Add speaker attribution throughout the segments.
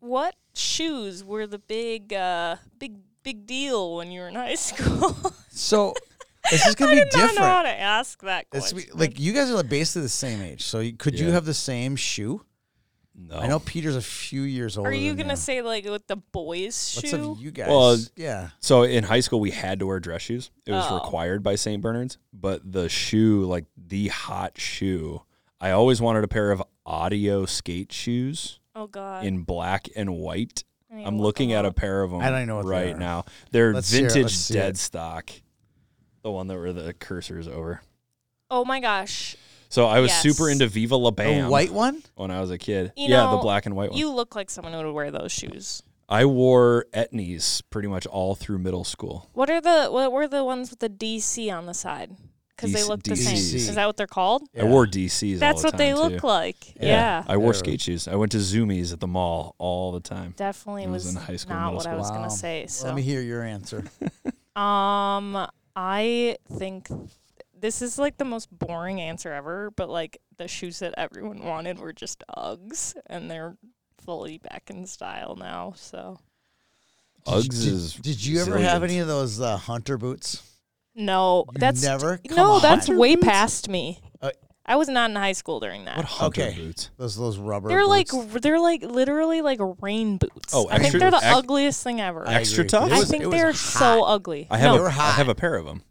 Speaker 1: what shoes were the big, uh, big, big deal when you were in high school?
Speaker 2: So this is gonna be
Speaker 1: I don't know how
Speaker 2: different.
Speaker 1: to ask that
Speaker 2: It's
Speaker 1: question.
Speaker 2: be- like you guys are like basically the same age. So you, could you
Speaker 3: Yeah. Oh.
Speaker 2: have the same shoe?
Speaker 3: No.
Speaker 2: I know Peter's a few years older.
Speaker 1: Are you
Speaker 2: than
Speaker 1: gonna say like with the boys'
Speaker 2: What's
Speaker 1: shoe?
Speaker 2: up, you guys?
Speaker 3: Well,
Speaker 2: yeah.
Speaker 3: So in high school, we had to wear dress shoes. It was
Speaker 1: Oh.
Speaker 3: required by St. Bernard's, but the shoe, like the hot shoe, I always wanted a pair of audio skate shoes
Speaker 1: oh God!
Speaker 3: in black and white.
Speaker 1: I need to
Speaker 3: I'm
Speaker 1: look
Speaker 3: looking
Speaker 1: them
Speaker 3: at a
Speaker 1: up.
Speaker 3: pair of them
Speaker 2: I don't know what they
Speaker 3: right
Speaker 2: are.
Speaker 3: now. They're
Speaker 2: Let's hear it,
Speaker 3: vintage
Speaker 2: let's see
Speaker 3: dead
Speaker 2: it.
Speaker 3: stock, the one that were the cursors over.
Speaker 1: Oh my gosh!
Speaker 3: So I was
Speaker 1: Yes.
Speaker 3: super into Viva La Bam
Speaker 2: The white one?
Speaker 3: when I was a kid.
Speaker 1: You
Speaker 3: yeah, the
Speaker 1: know,
Speaker 3: black and white one.
Speaker 1: You look like someone who would wear those shoes.
Speaker 3: I wore Etnies pretty much all through middle school.
Speaker 1: What are the what were the ones with the DC on the side? Because they
Speaker 3: DC.
Speaker 1: look the same.
Speaker 2: DC.
Speaker 1: Is that what they're called?
Speaker 3: I
Speaker 2: Yeah.
Speaker 3: wore DCs.
Speaker 1: That's
Speaker 3: all
Speaker 1: what
Speaker 3: the
Speaker 1: they
Speaker 3: time,
Speaker 1: look
Speaker 3: too.
Speaker 1: like. Yeah.
Speaker 3: I wore
Speaker 2: They're-
Speaker 3: skate shoes. I went to Zoomies at the mall all the time.
Speaker 1: Definitely
Speaker 3: It was
Speaker 1: was,
Speaker 3: in high school,
Speaker 1: not
Speaker 3: middle
Speaker 1: what I was
Speaker 2: Wow.
Speaker 1: gonna say.
Speaker 2: Well,
Speaker 1: So
Speaker 2: let me hear your answer.
Speaker 1: Um, I think this is like the most boring answer ever, but like the shoes that everyone wanted were just Uggs, and they're fully back in style now. So
Speaker 3: Uggs
Speaker 2: did,
Speaker 3: is.
Speaker 2: Did you ever have
Speaker 3: resilient.
Speaker 2: any of those uh, hunter boots?
Speaker 1: no,
Speaker 2: You
Speaker 1: that's
Speaker 2: never. Come
Speaker 1: no,
Speaker 2: on.
Speaker 1: that's way past me.
Speaker 2: Uh,
Speaker 1: I was not in high school during that.
Speaker 3: What hunter
Speaker 2: Okay.
Speaker 3: boots?
Speaker 2: those those rubber.
Speaker 1: they're like
Speaker 2: boots.
Speaker 1: r- they're like literally like rain boots.
Speaker 3: Oh,
Speaker 1: I think
Speaker 3: extra-
Speaker 1: they're the
Speaker 3: ex-
Speaker 1: ugliest thing ever.
Speaker 2: I
Speaker 1: I,
Speaker 3: Extra
Speaker 2: agree.
Speaker 3: tough?
Speaker 2: It was-
Speaker 1: think
Speaker 2: it was
Speaker 1: they're so
Speaker 2: hot.
Speaker 1: ugly.
Speaker 3: I have
Speaker 2: They
Speaker 3: a,
Speaker 2: were
Speaker 3: I have
Speaker 2: hot.
Speaker 3: a pair of them.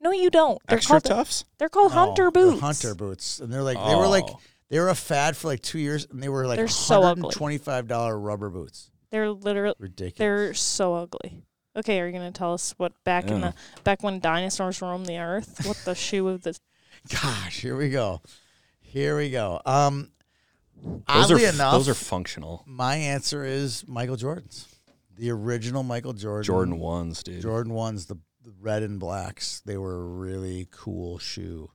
Speaker 1: no, no, you don't. They're
Speaker 3: Extra
Speaker 1: called
Speaker 3: toughs.
Speaker 1: they're called
Speaker 2: No,
Speaker 1: hunter
Speaker 2: Oh, they're
Speaker 1: boots.
Speaker 2: Hunter boots, and they're like they were like
Speaker 3: Oh.
Speaker 2: they were a fad for like two years, and they were like
Speaker 1: They're so ugly.
Speaker 2: twenty-five dollar rubber boots.
Speaker 1: They're literally
Speaker 2: Ridiculous.
Speaker 1: They're so ugly. Okay, are you gonna tell us what back in
Speaker 3: Yeah.
Speaker 1: the back when dinosaurs roamed the earth, what the shoe of the
Speaker 2: gosh. Here we go. Here we go. Um,
Speaker 3: Those
Speaker 2: oddly
Speaker 3: are f-
Speaker 2: enough,
Speaker 3: those are functional.
Speaker 2: my answer is Michael Jordan's, the original Michael Jordan.
Speaker 3: Jordan ones, dude.
Speaker 2: Jordan ones, the, the red and blacks, they were a really cool shoe,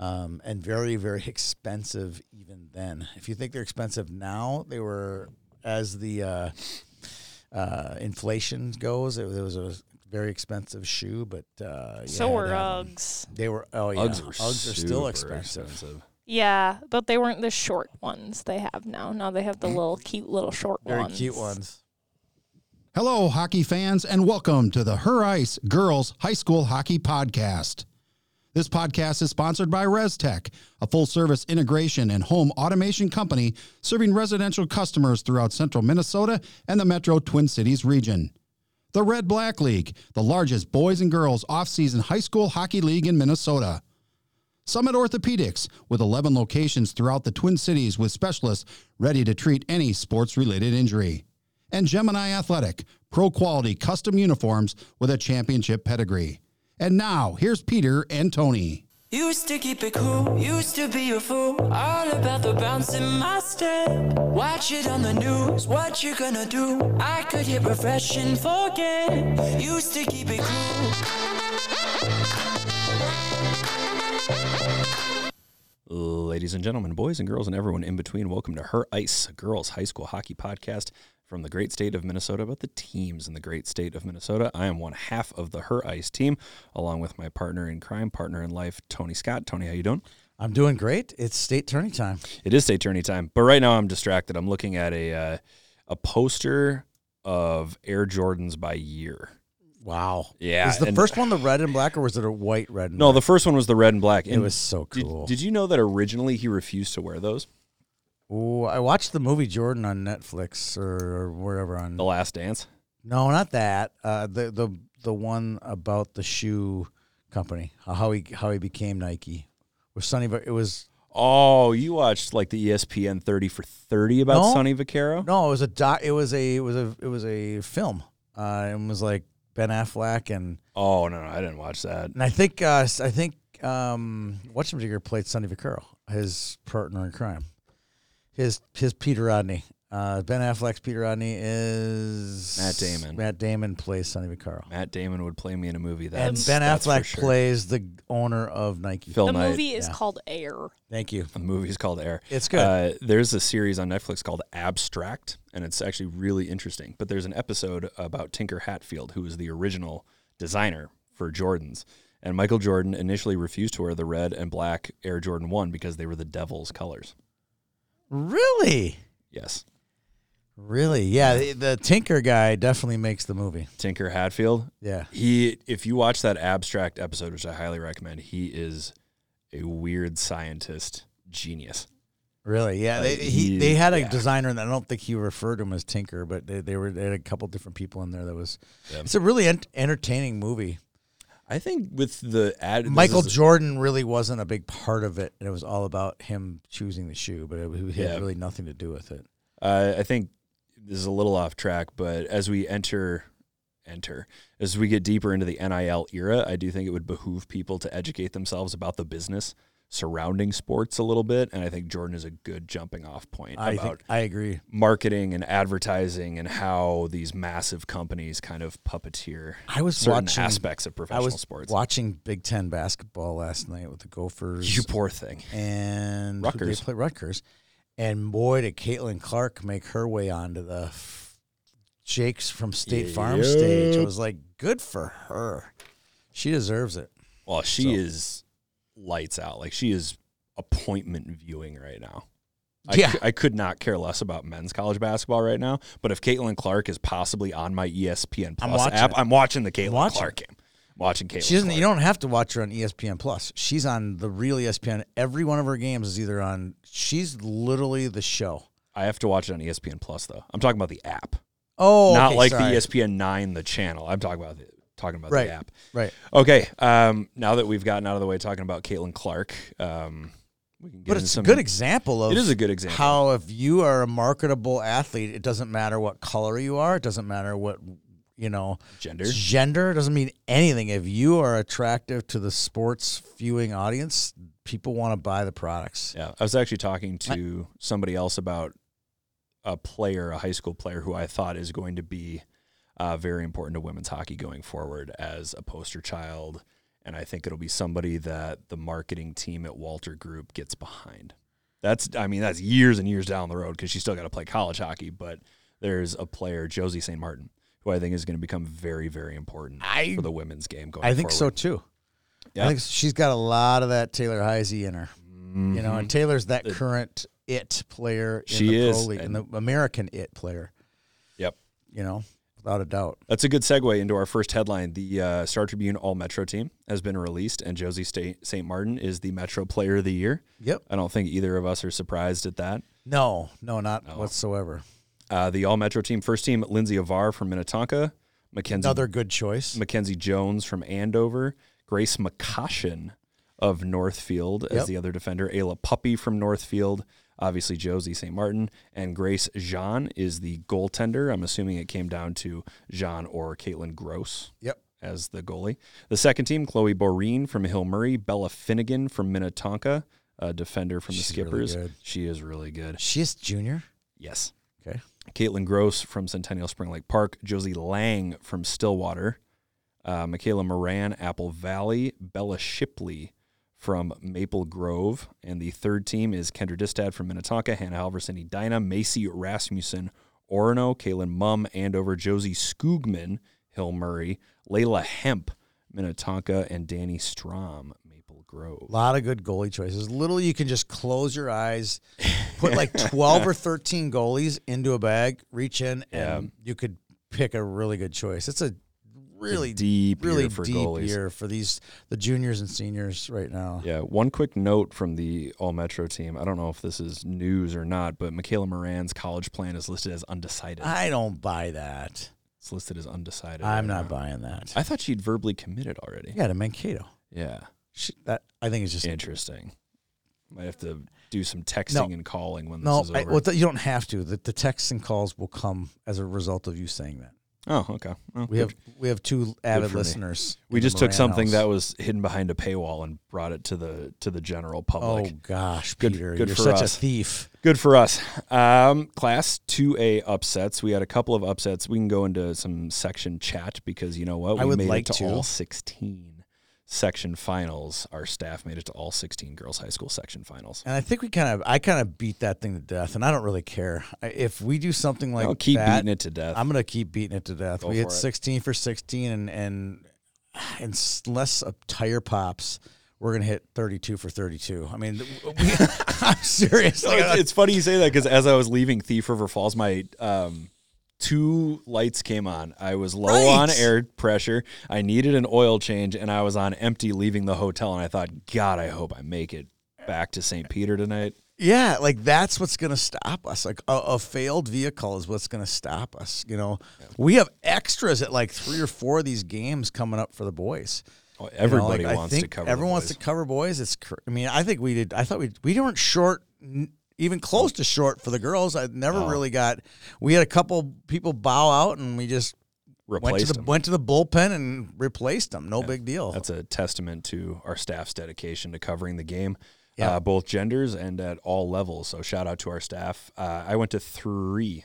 Speaker 2: um, and very very expensive even then. If you think they're expensive now, they were as the uh, uh, inflation goes, it, was a very expensive shoe. But uh,
Speaker 1: so
Speaker 2: yeah,
Speaker 1: were
Speaker 2: they had 'em.
Speaker 1: Uggs?
Speaker 2: They were oh yeah,
Speaker 3: Uggs, are,
Speaker 2: still
Speaker 3: super
Speaker 2: expensive.
Speaker 1: Yeah, but they weren't the short ones they have now. Now they have the little cute little short
Speaker 2: Very
Speaker 1: ones.
Speaker 2: cute ones.
Speaker 4: Hello, hockey fans, and welcome to the Her Ice Girls High School Hockey Podcast. This podcast is sponsored by ResTech, a full service integration and home automation company serving residential customers throughout central Minnesota and the metro Twin Cities region. The Red Black League, the largest boys and girls off-season high school hockey league in Minnesota. Summit Orthopedics, with 11 locations throughout the Twin Cities with specialists ready to treat any sports related injury. And Gemini Athletic, pro quality custom uniforms with a championship pedigree. And now, here's Peter and Tony.
Speaker 5: Used to keep it cool, used to be a fool. All about the bounce in my step. Watch it on the news, what you gonna do? I could hit refresh and forget. Used to keep it cool.
Speaker 3: Ladies and gentlemen, boys and girls, and everyone in between, welcome to Her Ice Girls High School Hockey Podcast from the great state of Minnesota about the teams in the great state of Minnesota. I am one half of the Her Ice team, along with my partner in crime, partner in life, Tony Scott. Tony, how you doing?
Speaker 2: I'm doing great. It's state tourney time.
Speaker 3: It is state tourney time, but right now I'm distracted. I'm looking at a uh, a poster of Air Jordans by year.
Speaker 2: Wow.
Speaker 3: Yeah,
Speaker 2: Is the
Speaker 3: and-
Speaker 2: first one the red and black, or was it a white red? And
Speaker 3: No,
Speaker 2: black?
Speaker 3: the first one was the red and black.
Speaker 2: It
Speaker 3: And
Speaker 2: was so
Speaker 3: did-
Speaker 2: cool.
Speaker 3: did you know that originally he refused to wear those?
Speaker 2: Ooh, I watched the movie Jordan on Netflix or wherever on.
Speaker 3: The Last Dance.
Speaker 2: No, not that. Uh, the the the one about the shoe company, how he how he became Nike. With Sonny, Va- it was
Speaker 3: Oh, you watched like the ESPN 30 for 30 about
Speaker 2: No.
Speaker 3: Sonny Vaccaro?
Speaker 2: no, it was a doc. It was a it was a it was a film. Uh, it was like Ben Affleck and
Speaker 3: Oh, no, no, I didn't watch that.
Speaker 2: and I think uh, s- I think um, Whatchamacallit played Sonny Vaccaro, his partner in crime. His his Peter Rodney. Uh, ben Affleck's Peter Rodney is
Speaker 3: Matt Damon.
Speaker 2: Matt Damon plays Sonny Vaccaro.
Speaker 3: Matt Damon would play me in a movie.
Speaker 2: And
Speaker 3: That's,
Speaker 2: Ben
Speaker 3: that's for
Speaker 2: Affleck
Speaker 3: sure.
Speaker 2: plays the owner of Nike.
Speaker 3: Phil
Speaker 1: The
Speaker 3: Knight.
Speaker 1: movie is
Speaker 2: yeah.
Speaker 1: called Air.
Speaker 2: Thank you.
Speaker 3: The movie's called Air.
Speaker 2: It's good.
Speaker 3: Uh, there's a series on Netflix called Abstract, and it's actually really interesting. But there's an episode about Tinker Hatfield, who was the original designer for Jordans. And Michael Jordan initially refused to wear the red and black Air Jordan 1 because they were the devil's colors.
Speaker 2: Really?
Speaker 3: Yes.
Speaker 2: Really? Yeah. The, the Tinker guy definitely makes the movie.
Speaker 3: Tinker Hatfield.
Speaker 2: Yeah.
Speaker 3: He, if you watch that abstract episode, which I highly recommend, he is a weird scientist genius.
Speaker 2: Really? Yeah. They,
Speaker 3: Like,
Speaker 2: he,
Speaker 3: Uh, he-
Speaker 2: they had a
Speaker 3: yeah.
Speaker 2: designer, and I don't think he referred to him as Tinker, but they, they were they had a couple different people in there. That was
Speaker 3: Yeah.
Speaker 2: it's a really ent- entertaining movie.
Speaker 3: I think with the ad, this
Speaker 2: Michael
Speaker 3: is-
Speaker 2: Jordan really wasn't a big part of it, and it was all about him choosing the shoe, but it, he
Speaker 3: Yeah.
Speaker 2: had really nothing to do with it.
Speaker 3: uh, I think this is a little off track, but as we enter, enter, as we get deeper into the NIL era, I do think it would behoove people to educate themselves about the business surrounding sports a little bit, and I think Jordan is a good jumping off point
Speaker 2: I
Speaker 3: about
Speaker 2: think I agree.
Speaker 3: marketing and advertising and how these massive companies kind of puppeteer
Speaker 2: I was
Speaker 3: certain
Speaker 2: watching
Speaker 3: aspects of
Speaker 2: I
Speaker 3: professional
Speaker 2: was
Speaker 3: sports.
Speaker 2: watching Big Ten basketball last night with the Gophers.
Speaker 3: you poor thing.
Speaker 2: and who did
Speaker 3: Rutgers.
Speaker 2: They play Rutgers, and boy, did Caitlin Clark make her way onto the f- Jake's from State Farm stage. I was like, good for her. She deserves it.
Speaker 3: Well, she
Speaker 2: So-
Speaker 3: is lights out. Like she is appointment viewing right now. I,
Speaker 2: Yeah.
Speaker 3: cou- I could not care less about men's college basketball right now. But if Caitlin Clark is possibly on my E ESPN
Speaker 2: I'm
Speaker 3: Plus
Speaker 2: watching
Speaker 3: app,
Speaker 2: it.
Speaker 3: I'm watching the Caitlin
Speaker 2: watching
Speaker 3: Clark game. I'm watching Caitlin.
Speaker 2: She doesn't.
Speaker 3: Clark.
Speaker 2: You don't have to watch her on E ESPN Plus. She's on the real E ESPN. Every one of her games is either on. She's literally the show.
Speaker 3: I have to watch it on E ESPN Plus though. I'm talking about the app,
Speaker 2: Oh,
Speaker 3: not
Speaker 2: okay,
Speaker 3: like
Speaker 2: sorry.
Speaker 3: the E ESPN Nine, the channel. I'm talking about the, talking about
Speaker 2: Right.
Speaker 3: the app.
Speaker 2: Right.
Speaker 3: Okay. Um, now that we've gotten out of the way talking about Caitlin Clark, um, we can get
Speaker 2: But
Speaker 3: into
Speaker 2: it's a
Speaker 3: some.
Speaker 2: good example of
Speaker 3: It is a good example.
Speaker 2: how if you are a marketable athlete, it doesn't matter what color you are, it doesn't matter what you know
Speaker 3: Gender.
Speaker 2: Gender doesn't mean anything. If you are attractive to the sports viewing audience, people want to buy the products.
Speaker 3: Yeah, I was actually talking to somebody else about a player, a high school player who I thought is going to be uh, very important to women's hockey going forward as a poster child, and I think it'll be somebody that the marketing team at Walter Group gets behind. That's, I mean, that's years and years down the road because she's still got to play college hockey. But there's a player, Josie St. Martin, who I think is going to become very, very important
Speaker 2: I-
Speaker 3: for the women's game going.
Speaker 2: I think so
Speaker 3: forward.
Speaker 2: too.
Speaker 3: Yeah.
Speaker 2: I think she's got a lot of that Taylor Heisey in her. You know, and Taylor's that current it player in
Speaker 3: Mm-hmm. She
Speaker 2: the pro
Speaker 3: is,
Speaker 2: league, in the
Speaker 3: and-
Speaker 2: American it player.
Speaker 3: Yep.
Speaker 2: You know, without a doubt.
Speaker 3: That's a good segue into our first headline. The uh, Star Tribune All Metro team has been released, and Josie St. Martin is the Metro Player of the Year.
Speaker 2: Yep.
Speaker 3: I don't think either of us are surprised at that.
Speaker 2: No, no, not whatsoever.
Speaker 3: Uh, the All Metro team, first team, Lindsay Avar from Minnetonka, Mackenzie,
Speaker 2: Another good choice.
Speaker 3: Mackenzie Jones from Andover, Grace McCoshin of Northfield as
Speaker 2: Yep.
Speaker 3: the other defender, Ayla Puppy from Northfield, obviously Josie St. Martin, and Grace Jean is the goaltender. I'm assuming it came down to Jean or Caitlin Gross.
Speaker 2: Yep.
Speaker 3: as the goalie. The second team, Chloe Boreen from Hill Murray, Bella Finnegan from Minnetonka, a defender from the
Speaker 2: She's really
Speaker 3: Skippers.
Speaker 2: good.
Speaker 3: she is really good.
Speaker 2: She's junior.
Speaker 3: Yes.
Speaker 2: Okay.
Speaker 3: Caitlin Gross from Centennial Spring Lake Park, Josie Lang from Stillwater, uh, Michaela Moran, Apple Valley, Bella Shipley from Maple Grove, and the third team is Kendra Distad from Minnetonka, Hannah Halverson, Edina, Macy Rasmussen, Orono, Kaylin Mum, Andover, Josie Skoogman, Hill Murray, Layla Hemp, Minnetonka, and Danny Strom, Maple Grove.
Speaker 2: A lot of good goalie choices. Little you can just close your eyes, put like 12 or 13 goalies into a bag, reach in, and you could pick a really good choice. It's a really
Speaker 3: deep year
Speaker 2: really
Speaker 3: for
Speaker 2: deep
Speaker 3: goalies.
Speaker 2: year for these the juniors and seniors right now.
Speaker 3: Yeah. One quick note from the All Metro team. I don't know if this is news or not, but Michaela Moran's college plan is listed as undecided.
Speaker 2: I don't buy that.
Speaker 3: it's listed as undecided.
Speaker 2: I'm
Speaker 3: right
Speaker 2: not
Speaker 3: now.
Speaker 2: buying that.
Speaker 3: I thought she'd verbally committed already.
Speaker 2: yeah, to Mankato.
Speaker 3: Yeah.
Speaker 2: She, that I think it's just
Speaker 3: Interesting. Might have to do some texting and calling when this
Speaker 2: no.
Speaker 3: is
Speaker 2: I,
Speaker 3: over.
Speaker 2: well, th- you don't have to. The, the texts and calls will come as a result of you saying that.
Speaker 3: oh, okay. Well,
Speaker 2: We
Speaker 3: good.
Speaker 2: have we have two avid
Speaker 3: for me.
Speaker 2: listeners.
Speaker 3: we
Speaker 2: in the
Speaker 3: just took
Speaker 2: Moran
Speaker 3: something
Speaker 2: house.
Speaker 3: that was hidden behind a paywall and brought it to the to the general
Speaker 2: Oh
Speaker 3: public.
Speaker 2: gosh,
Speaker 3: Good-
Speaker 2: Peter,
Speaker 3: good
Speaker 2: you're
Speaker 3: for
Speaker 2: such
Speaker 3: us.
Speaker 2: a thief.
Speaker 3: Good for us. Um, class 2A upsets. We had a couple of upsets. We can go into some section chat because you know what? We
Speaker 2: I would
Speaker 3: made
Speaker 2: like
Speaker 3: it to,
Speaker 2: to.
Speaker 3: all 16 section finals. Our staff made it to all 16 girls' high school section finals.
Speaker 2: And I think we kind of, I kind of beat that thing to death, and I don't really care I, if we do something like
Speaker 3: I'll keep
Speaker 2: that.
Speaker 3: beating it to death.
Speaker 2: I'm gonna keep beating it to death. we
Speaker 3: for
Speaker 2: hit
Speaker 3: it.
Speaker 2: 16 for 16, and and and s- unless a tire pops, we're gonna hit 32 for 32. I mean, th- we, I'm serious.
Speaker 3: So
Speaker 2: Like,
Speaker 3: Oh, it's, it's funny you say that because as I was leaving Thief River Falls, my um, two lights came on. I was low
Speaker 2: Right.
Speaker 3: on air pressure. I needed an oil change, and I was on empty leaving the hotel. And I thought, God, I hope I make it back to St. Peter tonight.
Speaker 2: Yeah, like that's what's going to stop us. Like a, a failed vehicle is what's going to stop us. You know, we have extras at like three or four of these games coming up for the boys.
Speaker 3: Oh,
Speaker 2: You know,
Speaker 3: Everybody
Speaker 2: like, I
Speaker 3: wants to
Speaker 2: think
Speaker 3: cover.
Speaker 2: Everyone wants to cover boys. It's. cr- I mean, I think we did. I thought we we weren't short, n- even close to short for the girls. I never really got. We had a couple people bow out, and we just went to
Speaker 3: replace
Speaker 2: the
Speaker 3: them.
Speaker 2: went to the bullpen and replaced them. No big deal.
Speaker 3: That's a testament to our staff's dedication to covering the game,
Speaker 2: Yeah.
Speaker 3: uh, both genders and at all levels. So shout out to our staff. Uh, I went to three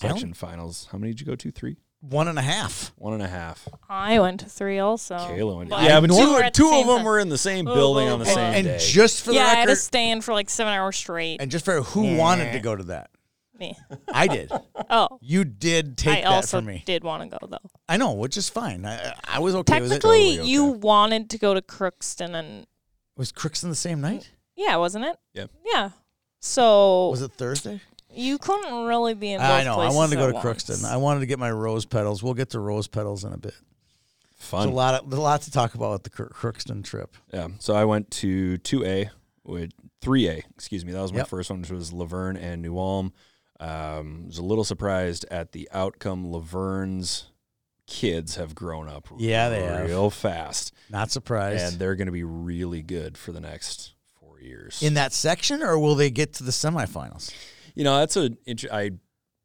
Speaker 2: Hell.
Speaker 3: section finals. How many did you go to? Three,
Speaker 2: One and a half.
Speaker 3: one and a half.
Speaker 1: I went to three also.
Speaker 3: Kayla went.
Speaker 1: But
Speaker 3: yeah, but
Speaker 1: we
Speaker 3: two,
Speaker 1: Oh, were at the
Speaker 3: two
Speaker 1: same
Speaker 3: of them
Speaker 1: time.
Speaker 3: were in the same
Speaker 1: Oh,
Speaker 3: building on the
Speaker 1: oh,
Speaker 3: same
Speaker 1: oh.
Speaker 2: And
Speaker 3: day.
Speaker 2: just for the
Speaker 1: yeah, I had to
Speaker 2: record,
Speaker 1: stand for like seven hours straight.
Speaker 2: and just for who wanted to go to that,
Speaker 1: me.
Speaker 2: I did.
Speaker 1: Oh,
Speaker 2: You did take
Speaker 1: I
Speaker 2: that
Speaker 1: also
Speaker 2: from me.
Speaker 1: did want to go though.
Speaker 2: I know, which is fine. I, I was okay with it.
Speaker 1: Technically,
Speaker 3: Oh, okay.
Speaker 1: you wanted to go to Crookston, and
Speaker 2: Was Crookston the same night?
Speaker 1: yeah, wasn't it?
Speaker 3: Yep.
Speaker 1: Yeah. So
Speaker 2: Was it Thursday?
Speaker 1: you couldn't really be in. Both
Speaker 2: I know. I
Speaker 1: places
Speaker 2: wanted to go
Speaker 1: at
Speaker 2: to
Speaker 1: once.
Speaker 2: Crookston. I wanted to get my rose petals. We'll get to rose petals in a bit.
Speaker 3: fun.
Speaker 2: There's a lot of there's a lot to talk about with the Crook- Crookston trip.
Speaker 3: Yeah. So I went to 2A with 3A, excuse me. That was my
Speaker 2: Yep.
Speaker 3: first one, which was Laverne and New Ulm. Um, was a little surprised at the outcome. Laverne's kids have grown up
Speaker 2: Yeah, they have.
Speaker 3: real fast,
Speaker 2: Not surprised.
Speaker 3: and uh, they're going to be really good for the next four years.
Speaker 2: in that section, or will they get to the semifinals?
Speaker 3: You know, that's a int- I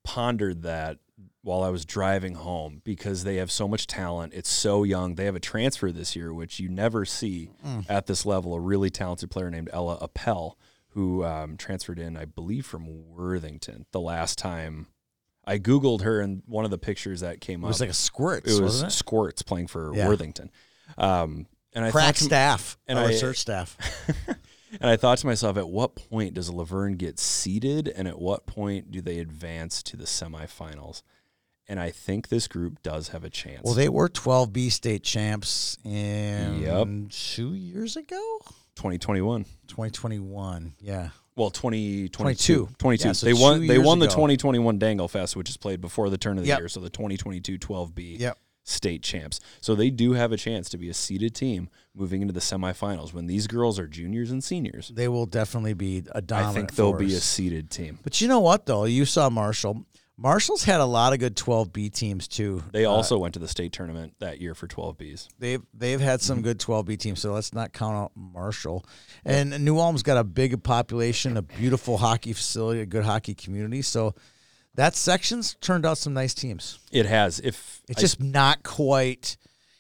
Speaker 3: pondered that while I was driving home because they have so much talent. It's so young. They have a transfer this year, which you never see
Speaker 2: Mm.
Speaker 3: at this level. A really talented player named Ella Appel, who um, transferred in, I believe, from Worthington the last time. I googled her, and one of the pictures that came
Speaker 2: It
Speaker 3: up
Speaker 2: was like a squirt.
Speaker 3: it was
Speaker 2: wasn't it?
Speaker 3: Squirts playing for
Speaker 2: Yeah.
Speaker 3: Worthington. Um, and I
Speaker 2: Crack
Speaker 3: thought to-
Speaker 2: staff
Speaker 3: and
Speaker 2: and our
Speaker 3: I-
Speaker 2: search staff.
Speaker 3: and I thought to myself, at what point does Laverne get seeded, and at what point do they advance to the semifinals? And I think this group does have a chance.
Speaker 2: Well, they were 12B state champs in
Speaker 3: Yep.
Speaker 2: two years ago,
Speaker 3: 2021.
Speaker 2: 2021. Yeah,
Speaker 3: Well, 2022.
Speaker 2: 22.
Speaker 3: 22.
Speaker 2: Yeah, so
Speaker 3: they won
Speaker 2: two
Speaker 3: they
Speaker 2: years
Speaker 3: won the
Speaker 2: ago.
Speaker 3: 2021 Dangle Fest, which is played before the turn of the
Speaker 2: Yep.
Speaker 3: year, so the 2022 12B
Speaker 2: Yep.
Speaker 3: state champs. So they do have a chance to be a seeded team moving into the semifinals when these girls are juniors and seniors.
Speaker 2: they will definitely be a dominant.
Speaker 3: I think they'll be a
Speaker 2: force.
Speaker 3: seeded team.
Speaker 2: But you know what though? You saw Marshall. Marshall's had a lot of good 12B teams too.
Speaker 3: They also went to the state tournament that year for 12Bs.
Speaker 2: They've they've had
Speaker 3: Mm-hmm.
Speaker 2: some good 12B teams, so let's not count out Marshall. And New Ulm's got a big population, a beautiful hockey facility, a good hockey community. So that section's turned out some nice teams.
Speaker 3: It has. If
Speaker 2: It's
Speaker 3: I-
Speaker 2: just not quite,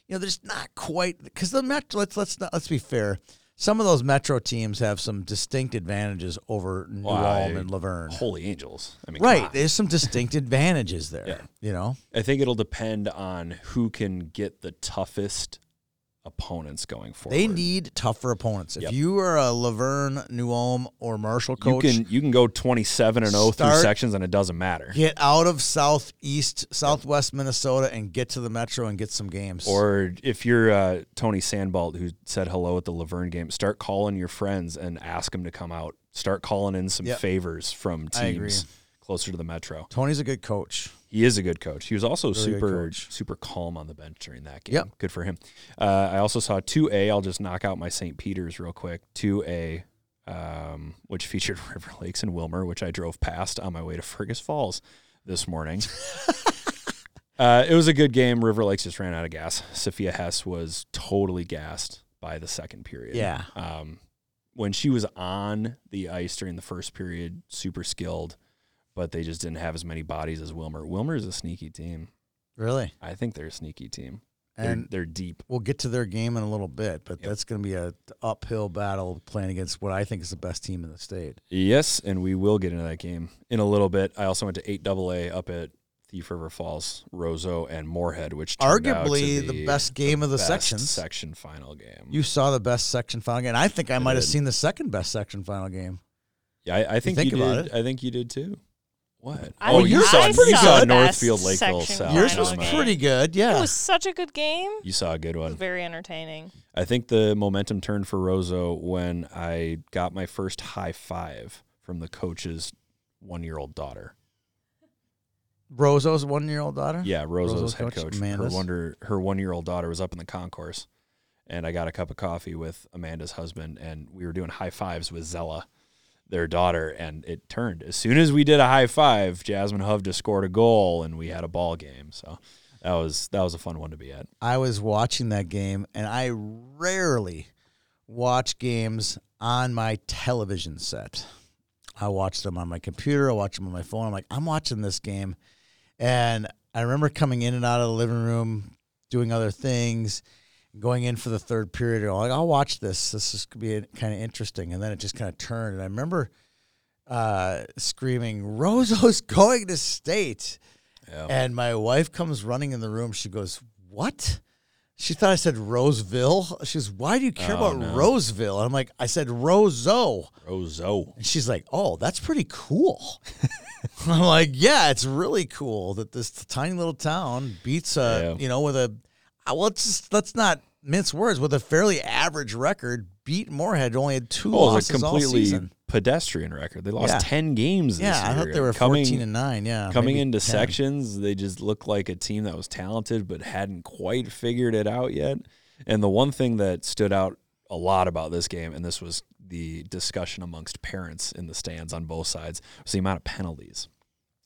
Speaker 2: you know, there's not quite because the metro. Let's let's not, let's be fair. Some of those metro teams have some distinct advantages over New
Speaker 3: Why?
Speaker 2: Ulm and Laverne.
Speaker 3: Holy angels. I mean, come
Speaker 2: Right,
Speaker 3: on.
Speaker 2: there's some distinct advantages there.
Speaker 3: Yeah.
Speaker 2: You know,
Speaker 3: I think it'll depend on who can get the toughest opponents going forward.
Speaker 2: they need tougher opponents. If
Speaker 3: Yep.
Speaker 2: you are a Laverne, New Ulm, or Marshall
Speaker 3: you
Speaker 2: coach,
Speaker 3: can you can go 27 and 0 through
Speaker 2: Start-
Speaker 3: sections and it doesn't matter.
Speaker 2: get out of southeast, southwest Minnesota, and get to the metro and get some games.
Speaker 3: Or if you're uh, Tony Sandbalt who said hello at the Laverne game, start calling your friends and ask them to come out. Start calling in some
Speaker 2: Yep.
Speaker 3: favors from
Speaker 2: I agree.
Speaker 3: teams closer to the metro.
Speaker 2: Tony's a good coach.
Speaker 3: He is a good coach. He was also
Speaker 2: Really good
Speaker 3: super
Speaker 2: coach.
Speaker 3: super calm on the bench during that game.
Speaker 2: Yep.
Speaker 3: Good for him. Uh, I also saw 2A. I'll just knock out my St. Peter's real quick. 2A, um, which featured River Lakes and Wilmer, which I drove past on my way to Fergus Falls this morning. uh, it was a good game. River Lakes just ran out of gas. Sophia Hess was totally gassed by the second period.
Speaker 2: Yeah.
Speaker 3: Um, when she was on the ice during the first period, super skilled, but they just didn't have as many bodies as Wilmer. Wilmer is a sneaky team.
Speaker 2: Really,
Speaker 3: I think they're a sneaky team. They're,
Speaker 2: and
Speaker 3: they're deep.
Speaker 2: we'll get to their game in a little bit, but
Speaker 3: Yep.
Speaker 2: that's going to be a uphill battle playing against what I think is the best team in the state.
Speaker 3: Yes, and we will get into that game in a little bit. I also went to 8 AA up at Thief River Falls, Roseau, and Moorhead, which turned out to
Speaker 2: Arguably
Speaker 3: be
Speaker 2: the, best game of the
Speaker 3: best
Speaker 2: sections.
Speaker 3: section final game.
Speaker 2: You saw the best section final game. I think I might have
Speaker 3: did.
Speaker 2: seen the second best section final game.
Speaker 3: yeah, I, I think you,
Speaker 2: think about
Speaker 3: did. I think you did too. What?
Speaker 1: I
Speaker 3: oh,
Speaker 1: think
Speaker 3: you
Speaker 1: I
Speaker 3: saw,
Speaker 1: saw
Speaker 3: you saw
Speaker 1: the
Speaker 3: Northfield
Speaker 1: best
Speaker 3: Lakeville
Speaker 1: section
Speaker 3: South.
Speaker 1: Yours
Speaker 2: Yours
Speaker 1: final
Speaker 2: was
Speaker 1: was game.
Speaker 2: pretty good. Yeah.
Speaker 1: It was such a good game.
Speaker 3: You saw a good
Speaker 1: It was
Speaker 3: one.
Speaker 1: very entertaining.
Speaker 3: I think the momentum turned for Rozo when I got my first high five from the coach's one year old daughter.
Speaker 2: Rozo's one year old daughter?
Speaker 3: Yeah, Rozo's,
Speaker 2: Rozo's
Speaker 3: head
Speaker 2: coach,
Speaker 3: coach. her
Speaker 2: Amanda's?
Speaker 3: wonder her one year old daughter was up in the concourse and I got a cup of coffee with Amanda's husband and we were doing high fives with Zella, their daughter, and it turned. As soon as we did a high five, Jasmine Hovda scored a goal and we had a ball game. So that was that was a fun one to be at.
Speaker 2: I was watching that game, and I rarely watch games on my television set. I watch them on my computer. I watch them on my phone. I'm like, I'm watching this game, and I remember coming in and out of the living room, doing other things, going in for the third period. And I'm like, I'll watch this. This is could be kind of interesting. And then it just kind of turned, and I remember uh, screaming, "Rozo's going to state!"
Speaker 3: Yeah.
Speaker 2: And my wife comes running in the room. She goes, What? She thought I said Roseville. She goes, Why do you care
Speaker 3: Oh,
Speaker 2: about
Speaker 3: no.
Speaker 2: Roseville? And I'm like, I said Roseau.
Speaker 3: Rozo.
Speaker 2: And she's like, Oh, that's pretty cool. I'm like, Yeah, it's really cool that this tiny little town beats a,
Speaker 3: Yeah.
Speaker 2: you know, with a, I- well, let's just, let's not mince words, with a fairly average record, beat Moorhead, who only had two
Speaker 3: Oh, it was
Speaker 2: losses
Speaker 3: a
Speaker 2: all
Speaker 3: completely
Speaker 2: season.
Speaker 3: pedestrian record. They lost
Speaker 2: Yeah.
Speaker 3: ten games. This
Speaker 2: Yeah, I
Speaker 3: year.
Speaker 2: thought they were
Speaker 3: coming
Speaker 2: 14 and 9. Yeah.
Speaker 3: coming
Speaker 2: maybe
Speaker 3: into
Speaker 2: 10.
Speaker 3: sections. They just looked like a team that was talented but hadn't quite figured it out yet. And the one thing that stood out a lot about this game, and this was the discussion amongst parents in the stands on both sides, was the amount of penalties.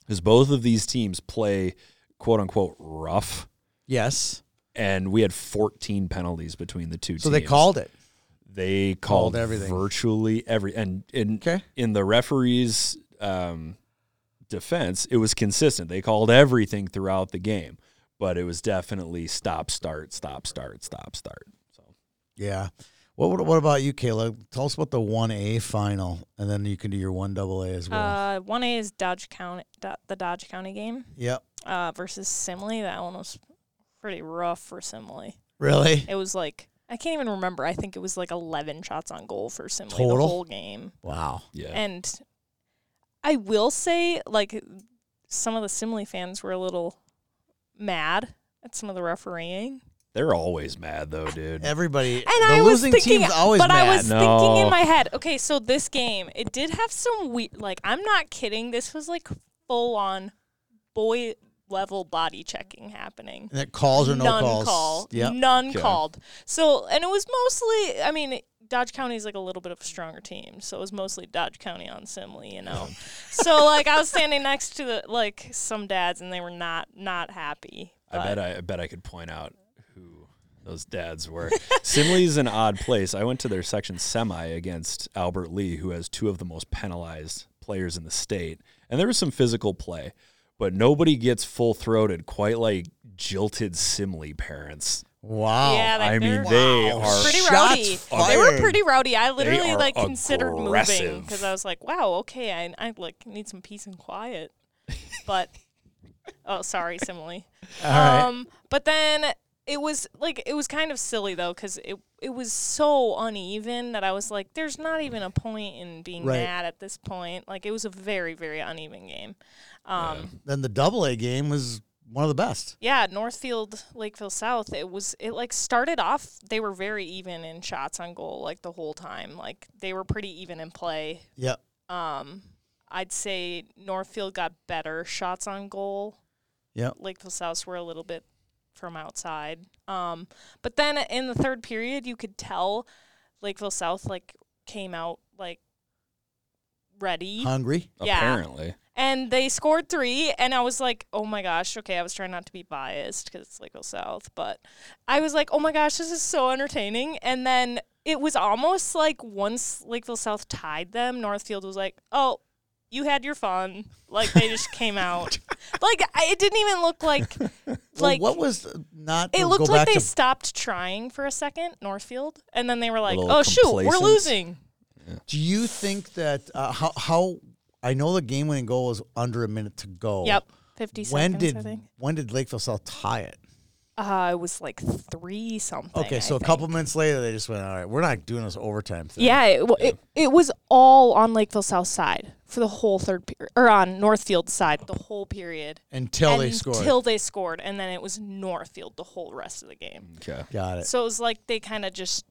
Speaker 3: Because both of these teams play "quote unquote" rough,
Speaker 2: Yes.
Speaker 3: and we had 14 penalties between the two.
Speaker 2: So they
Speaker 3: teams
Speaker 2: called it.
Speaker 3: they
Speaker 2: Called
Speaker 3: called,
Speaker 2: everything.
Speaker 3: virtually every and in
Speaker 2: Okay.
Speaker 3: in the referee's um, defense it was consistent they called everything throughout the game but it was definitely stop start stop start stop start so
Speaker 2: Yeah. What, what what about you, Kayla? Tell us about the one A final, and then you can do your one double A as well.
Speaker 1: Uh, one A is Dodge County, Do- the Dodge County game
Speaker 2: yep.
Speaker 1: uh, versus Simley. That one was pretty rough for Simley.
Speaker 2: Really?
Speaker 1: It was like I can't even remember. I think it was like eleven shots on goal for Simley the
Speaker 2: Total?
Speaker 1: whole game.
Speaker 2: Wow.
Speaker 3: yeah
Speaker 1: And I will say, like, some of the Simley fans were a little mad at some of the refereeing.
Speaker 3: they're always mad though dude
Speaker 2: Everybody. And
Speaker 1: And
Speaker 2: the
Speaker 1: I was
Speaker 2: losing
Speaker 1: thinking,
Speaker 2: team's always
Speaker 1: but
Speaker 2: mad.
Speaker 1: I was thinking
Speaker 3: No.
Speaker 1: in my head, okay, so this game, it did have some weird, like, I'm not kidding. This was like full on boy level body checking happening.
Speaker 2: And it calls or no
Speaker 1: None
Speaker 2: calls.
Speaker 1: called.
Speaker 2: Yep.
Speaker 1: None
Speaker 3: Okay.
Speaker 1: called. So, and it was mostly, I mean, Dodge County is like a little bit of a stronger team. So it was mostly Dodge County on Simley, you know? so, like, I was standing next to the, like, some dads and they were not, not happy.
Speaker 3: I bet I, I bet I could point out who those dads were. Simley's an odd place. I went to their section semi against Albert Lee, who has two of the most penalized players in the state, and there was some physical play, but nobody gets full throated quite like jilted Simley parents.
Speaker 2: Wow.
Speaker 1: yeah, like,
Speaker 3: I mean,
Speaker 1: they're-
Speaker 3: they
Speaker 2: Wow.
Speaker 3: are
Speaker 1: pretty
Speaker 2: Shots
Speaker 1: rowdy. They were
Speaker 2: fired.
Speaker 1: pretty rowdy. I literally
Speaker 3: are
Speaker 1: like considered moving 'cause moving
Speaker 3: aggressive.
Speaker 1: because I was like, wow, okay, I, I like need some peace and quiet. But oh, sorry, simile.
Speaker 2: All right.
Speaker 1: Um, but then it was like it was kind of silly though because it it was so uneven that I was like, there's not even a point in being
Speaker 2: Right.
Speaker 1: mad at this point. Like it was a very very uneven game. Um,
Speaker 2: then the double A game was one of the best.
Speaker 1: yeah, Northfield, Lakeville South, it was it like started off they were very even in shots on goal like the whole time. Like they were pretty even in play.
Speaker 2: Yep.
Speaker 1: Um I'd say Northfield got better shots on goal.
Speaker 2: Yep.
Speaker 1: Lakeville South were a little bit from outside. Um but then in the third period you could tell Lakeville South like came out like ready.
Speaker 2: Hungry.
Speaker 1: Yeah.
Speaker 3: apparently.
Speaker 1: And they scored three, and I was like, oh my gosh, okay. I was trying not to be biased because it's Lakeville South, but I was like, oh my gosh, this is so entertaining. And then it was almost like once Lakeville South tied them, Northfield was like, oh, you had your fun. Like they just came out. Like I- it didn't even look like,
Speaker 2: Well,
Speaker 1: like
Speaker 2: what was the- not?
Speaker 1: it
Speaker 2: to
Speaker 1: looked
Speaker 2: go
Speaker 1: like
Speaker 2: back
Speaker 1: they
Speaker 2: to,
Speaker 1: stopped trying for a second, Northfield, and then they were like,
Speaker 3: little
Speaker 1: oh shoot, we're
Speaker 3: complacent.
Speaker 1: losing.
Speaker 2: Do you think that uh, how how I know the game winning goal was under a minute to go.
Speaker 1: Yep, fifty
Speaker 2: When
Speaker 1: seconds. I think.
Speaker 2: did when did Lakeville South tie it?
Speaker 1: Uh, it was like three something.
Speaker 2: Okay,
Speaker 1: I
Speaker 2: so a couple
Speaker 1: think.
Speaker 2: minutes later, they just went, all right, we're not doing this overtime thing.
Speaker 1: Yeah, it, w- it it was all on Lakeville South Side for the whole third period, or on Northfield side the whole period
Speaker 2: Until they scored.
Speaker 1: Until they scored, and then it was Northfield the whole rest of the
Speaker 2: Mm,
Speaker 1: game.
Speaker 3: Okay.
Speaker 2: Got it.
Speaker 1: So it was like they kind of just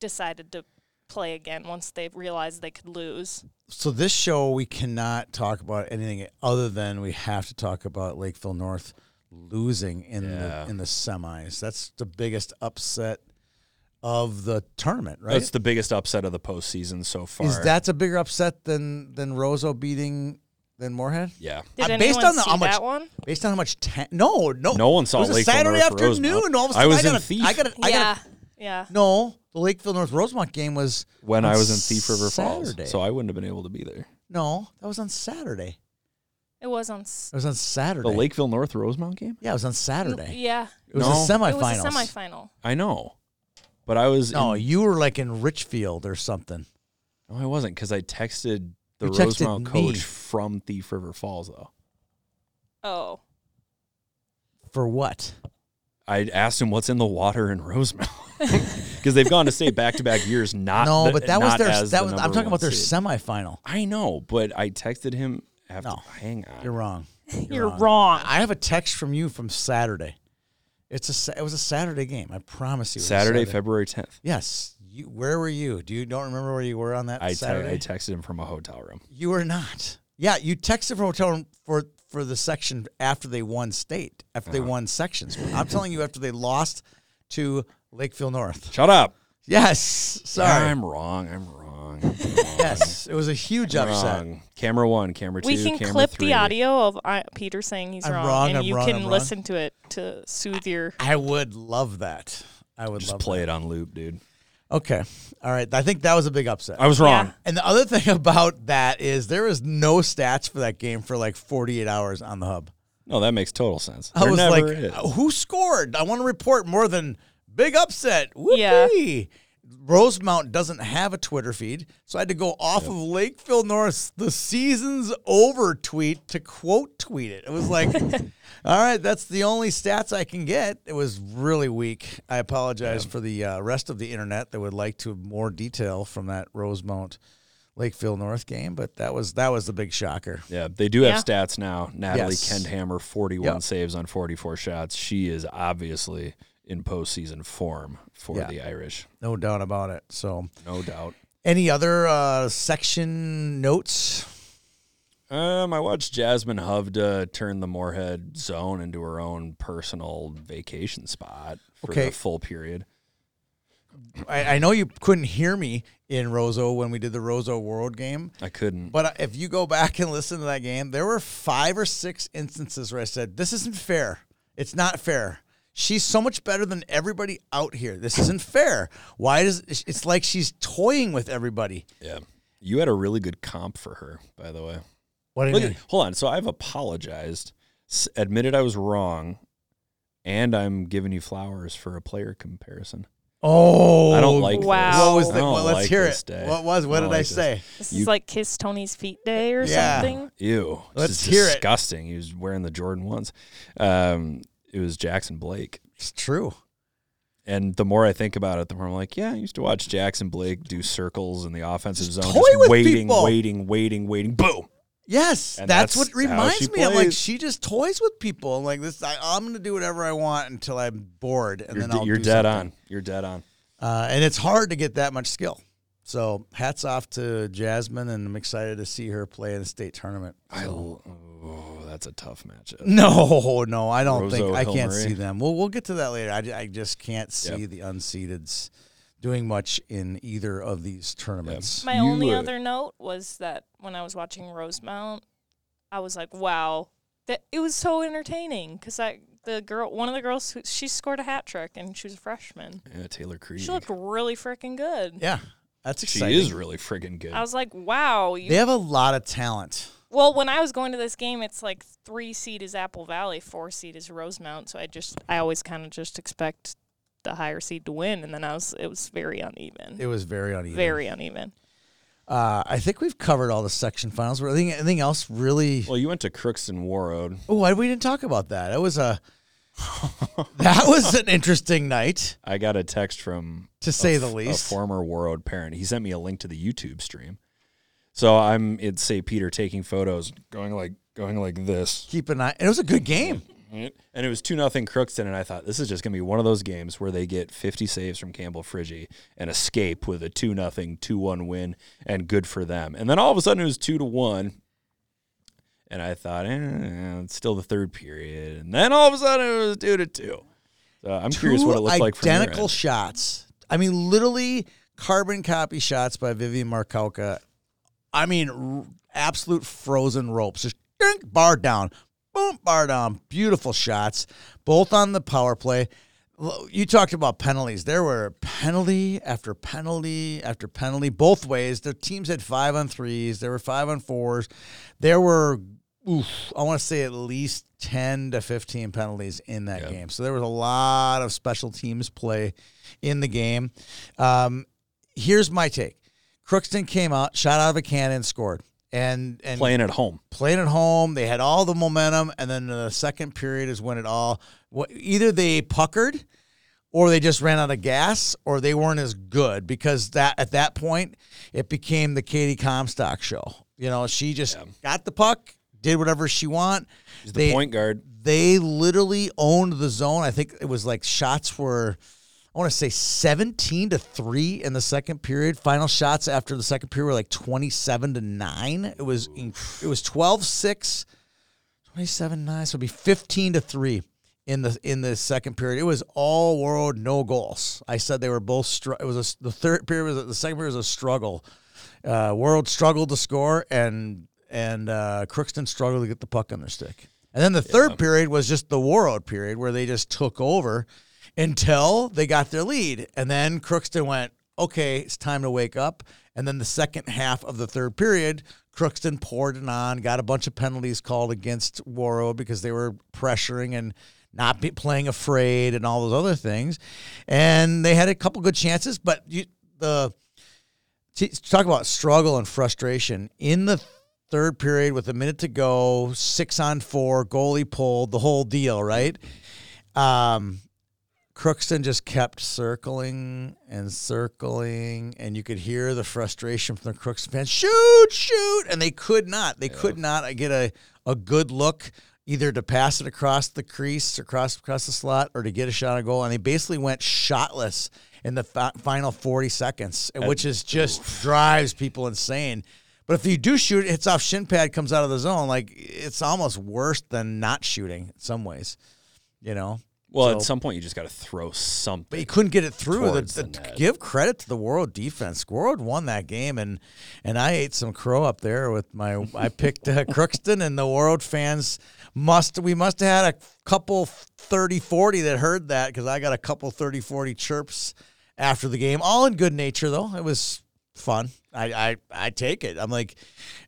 Speaker 1: decided to play again once they realized they could lose.
Speaker 2: So this show, we cannot talk about anything other than we have to talk about Lakeville North losing in
Speaker 3: Yeah.
Speaker 2: the in the semis. That's the biggest upset of the tournament, right?
Speaker 3: That's the biggest upset of the postseason so far.
Speaker 2: Is that a bigger upset than than Roseau beating than Moorhead?
Speaker 3: Yeah.
Speaker 1: Did
Speaker 2: Uh,
Speaker 1: anyone
Speaker 2: based on the-
Speaker 1: see
Speaker 2: how much-
Speaker 1: that one?
Speaker 2: Based on how much ta- no, no,
Speaker 3: No one saw
Speaker 2: It was a
Speaker 3: Lakeville
Speaker 2: Saturday
Speaker 3: North Rosemont.
Speaker 2: afternoon. All of a
Speaker 3: I
Speaker 2: sudden,
Speaker 3: was in
Speaker 2: got
Speaker 3: Thief.
Speaker 2: I got. A, I
Speaker 1: yeah,
Speaker 2: got
Speaker 1: yeah.
Speaker 2: a, no, the Lakeville North Rosemont game was
Speaker 3: When
Speaker 2: on
Speaker 3: I was in Thief River
Speaker 2: Saturday.
Speaker 3: Falls, so I wouldn't have been able to be there.
Speaker 2: no, that was on Saturday.
Speaker 1: It was on. s-
Speaker 2: It was on Saturday.
Speaker 3: The Lakeville North Rosemount game?
Speaker 2: Yeah, it was on Saturday.
Speaker 1: Yeah,
Speaker 2: It was
Speaker 3: No.
Speaker 2: the
Speaker 1: it was
Speaker 2: semifinals.
Speaker 1: a semifinal.
Speaker 3: I know. But I was
Speaker 2: No,
Speaker 3: in-
Speaker 2: you were like in Richfield or something.
Speaker 3: no, I wasn't cuz I texted the
Speaker 2: You texted
Speaker 3: Rosemount
Speaker 2: me.
Speaker 3: coach from Thief River Falls though.
Speaker 1: Oh,
Speaker 2: For what?
Speaker 3: I asked him what's in the water in Rosemount because they've gone to state back to back years. Not
Speaker 2: no,
Speaker 3: Uh, the-
Speaker 2: but that was
Speaker 3: not
Speaker 2: their.
Speaker 3: as
Speaker 2: That
Speaker 3: the
Speaker 2: was. I'm
Speaker 3: number
Speaker 2: talking about their
Speaker 3: one seed.
Speaker 2: semifinal.
Speaker 3: I know, but I texted him after.
Speaker 2: No.
Speaker 3: hang on,
Speaker 2: You're wrong.
Speaker 1: you're,
Speaker 2: wrong.
Speaker 1: wrong.
Speaker 2: I have a text from you from Saturday. It's a. sa- It was a Saturday game. I promise you. it was a
Speaker 3: Saturday, February tenth.
Speaker 2: Yes. You. Where were you? Do you don't remember where you were on that
Speaker 3: I, te-
Speaker 2: Saturday?
Speaker 3: I texted him from a hotel room.
Speaker 2: you were not. Yeah, you texted from hotel room for for the section after they won state. After
Speaker 3: Uh-huh.
Speaker 2: they won sections. I'm telling you, after they lost to Lakeville North.
Speaker 3: Shut up.
Speaker 2: Yes. Sorry.
Speaker 3: I'm wrong. I'm wrong.
Speaker 2: Yes, it was a huge upset.
Speaker 3: wrong. Camera one, camera two.
Speaker 1: We can
Speaker 3: camera
Speaker 1: clip
Speaker 3: three.
Speaker 1: the audio of I, Peter saying he's
Speaker 2: I'm
Speaker 1: wrong,
Speaker 2: wrong,
Speaker 1: and
Speaker 2: I'm
Speaker 1: you
Speaker 2: wrong,
Speaker 1: can
Speaker 2: I'm wrong.
Speaker 1: listen to it to soothe your.
Speaker 2: I would love that. I would
Speaker 3: Just
Speaker 2: love
Speaker 3: play it on loop, dude.
Speaker 2: That. Okay, all right. I think that was a big upset.
Speaker 3: I was wrong.
Speaker 1: Yeah.
Speaker 2: and the other thing about that is there was no stats for that game for like 48 hours on the hub.
Speaker 3: No, that makes total sense.
Speaker 2: I
Speaker 3: There
Speaker 2: was
Speaker 3: never
Speaker 2: like, oh.
Speaker 3: is.
Speaker 2: who scored? I want to report more than big upset.
Speaker 1: Yeah.
Speaker 2: Whoopee. Rosemount doesn't have a Twitter feed, so I had to go off of Lakeville North's the season's over tweet to quote tweet it. It was like, all right, that's the only stats I can get. It was really weak. I apologize for the uh, rest of the internet that would like to have more detail from that Rosemount Lakeville North game, but that was that was the big shocker.
Speaker 3: Yeah, they do have
Speaker 1: Yeah.
Speaker 3: stats now. Natalie
Speaker 2: Yes.
Speaker 3: Kendhammer, 41
Speaker 2: Yeah.
Speaker 3: saves on 44 shots. She is obviously in postseason form for
Speaker 2: Yeah.
Speaker 3: the Irish,
Speaker 2: No doubt about it. So,
Speaker 3: no doubt.
Speaker 2: any other uh, section notes?
Speaker 3: Um, I watched Jasmine Hovda turn the Moorhead zone into her own personal vacation spot for
Speaker 2: Okay.
Speaker 3: the full period.
Speaker 2: I, I know you couldn't hear me in Roseau when we did the Roseau World game,
Speaker 3: I couldn't.
Speaker 2: but if you go back and listen to that game, there were five or six instances where I said, "This isn't fair. It's not fair. She's so much better than everybody out here. This isn't fair. Why does it's like she's toying with everybody?"
Speaker 3: yeah, you had a really good comp for her, by the way.
Speaker 2: What do you
Speaker 3: Look
Speaker 2: mean?
Speaker 3: at- hold on. So I've apologized, s- admitted I was wrong, and I'm giving you flowers for a player comparison.
Speaker 2: Oh,
Speaker 3: I don't like.
Speaker 1: Wow.
Speaker 2: What was
Speaker 3: I
Speaker 2: the,
Speaker 3: don't
Speaker 2: well, let's
Speaker 3: like
Speaker 2: hear
Speaker 3: this
Speaker 2: it.
Speaker 3: day.
Speaker 2: What was? What
Speaker 3: don't
Speaker 2: did I
Speaker 3: like this.
Speaker 2: say?
Speaker 1: This
Speaker 3: You-
Speaker 1: is like Kiss Tony's feet day or
Speaker 2: Yeah.
Speaker 1: something.
Speaker 3: Ew.
Speaker 2: Let's
Speaker 3: This is
Speaker 2: hear it.
Speaker 3: Disgusting. He was wearing the Jordan ones. Um, it was Jackson Blake.
Speaker 2: It's true.
Speaker 3: And the more I think about it, the more I'm like, yeah, I used to watch Jackson Blake do circles in the offensive zone,
Speaker 2: toy
Speaker 3: just
Speaker 2: with
Speaker 3: waiting,
Speaker 2: people.
Speaker 3: waiting, waiting, waiting. Boom.
Speaker 2: Yes,
Speaker 3: And
Speaker 2: that's,
Speaker 3: that's
Speaker 2: what
Speaker 3: how she
Speaker 2: reminds me. I'm like,
Speaker 3: plays.
Speaker 2: she just toys with people. I'm like, this, I, I'm gonna do whatever I want until I'm bored, and
Speaker 3: You're,
Speaker 2: then I'll
Speaker 3: you're
Speaker 2: do
Speaker 3: dead
Speaker 2: something.
Speaker 3: on. You're dead on.
Speaker 2: Uh, and it's hard to get that much skill. So hats off to Jasmine, and I'm excited to see her play in a state tournament.
Speaker 3: I, l- oh, that's a tough matchup.
Speaker 2: No, no, I don't
Speaker 3: Roseau
Speaker 2: think I
Speaker 3: Hill
Speaker 2: can't
Speaker 3: Murray.
Speaker 2: see them. We'll we'll get to that later. I, ju- I just can't see the unseededs doing much in either of these tournaments.
Speaker 1: My
Speaker 3: You
Speaker 1: only
Speaker 3: would.
Speaker 1: other note was that when I was watching Rosemount, I was like, "Wow, that it was so entertaining." Because I, the girl, one of the girls, who, she scored a hat trick and she was a freshman.
Speaker 3: Yeah, Taylor Creed.
Speaker 1: She looked really freaking good.
Speaker 2: Yeah, that's
Speaker 3: She
Speaker 2: exciting.
Speaker 3: is really friggin' good.
Speaker 1: I was like, "Wow." You,
Speaker 2: They have a lot of talent.
Speaker 1: well, when I was going to this game, it's like three seed is Apple Valley, four seed is Rosemount. So I just, I always kind of just expect the higher seed to win, and then I was, it was very uneven,
Speaker 2: It was very uneven.
Speaker 1: very uneven.
Speaker 2: Uh, I think we've covered all the section finals. Were anything, anything else really?
Speaker 3: well, you went to Crookston Warroad.
Speaker 2: Oh, I, we didn't talk about that. It was a That was an interesting night,
Speaker 3: I got a text from
Speaker 2: to say
Speaker 3: a
Speaker 2: the
Speaker 3: f-
Speaker 2: least.
Speaker 3: A former Warroad parent. He sent me a link to the YouTube stream. So I'm in St. Peter taking photos, going like going like this.
Speaker 2: Keep an eye. It was a good game.
Speaker 3: And it was two nothing Crookston, and I thought this is just gonna be one of those games where they get 50 saves from Campbell Friggy and escape with a two nothing, two one win, and good for them. And then all of a sudden it was two to one, and I thought, eh, it's still the third period. And then all of a sudden it was two to two. So I'm curious what it looked like. From your
Speaker 2: identical
Speaker 3: end.
Speaker 2: shots. I mean, literally carbon copy shots by Vivian Markalka. I mean, r- absolute frozen ropes. Just dink, bar down, boom, bar down. Beautiful shots, both on the power play. L- You talked about penalties. There were penalty after penalty after penalty, both ways. The teams had five on threes. There were five on fours. There were, oof, I want to say at least 10 to 15 penalties in that
Speaker 3: Yeah.
Speaker 2: game. So there was a lot of special teams play in the game. Um, here's my take Crookston came out, shot out of a cannon, scored. And, and
Speaker 3: playing at home.
Speaker 2: playing at home. They had all the momentum, and then the second period is when it all. wh- Either they puckered, or they just ran out of gas, or they weren't as good because that at that point it became the Katie Comstock show. You know, she just got the puck, did whatever she want.
Speaker 3: He's the
Speaker 2: They-
Speaker 3: point guard.
Speaker 2: They literally owned the zone. I think it was like shots were. I want to say 17 to 3 in the second period. Final shots after the second period were like 27 to 9. It was inc- it was 12-6 27 9 so it'd be 15 to 3 in the in the second period it was all world no goals i said they were both str- it was a, the third period was a, the second period was a struggle uh, world struggled to score and and uh, crookston struggled to get the puck on their stick and then the third period was just the world period where they just took over until they got their lead and then crookston went okay it's time to wake up and then the second half of the third period Crookston poured it on, got a bunch of penalties called against Warrow because they were pressuring and not be playing afraid and all those other things. And they had a couple good chances, but you, the t- talk about struggle and frustration in the third period with a minute to go, six on four, goalie pulled, the whole deal, right? Um, Crookston just kept circling and circling, and you could hear the frustration from the Crookston fans. Shoot, shoot, and they could not. They could not get a, a good look either to pass it across the crease, across across the slot, or to get a shot on goal. And they basically went shotless in the fi- final forty seconds, which is just drives people insane. But if you do shoot, it hits off shin pad, comes out of the zone. Like it's almost worse than not shooting in some ways, you know.
Speaker 3: Well,
Speaker 2: So-
Speaker 3: at some point you just got to throw something.
Speaker 2: but he couldn't get it through. The,
Speaker 3: towards
Speaker 2: the-
Speaker 3: the net.
Speaker 2: give credit to the world defense. World won that game, and and I ate some crow up there with my. I picked uh, Crookston, and the world fans must. We must have had a couple 30-40 that heard that because I got a couple 30-40 chirps after the game, all in good nature though. It was fun. I, I I take it. I'm like,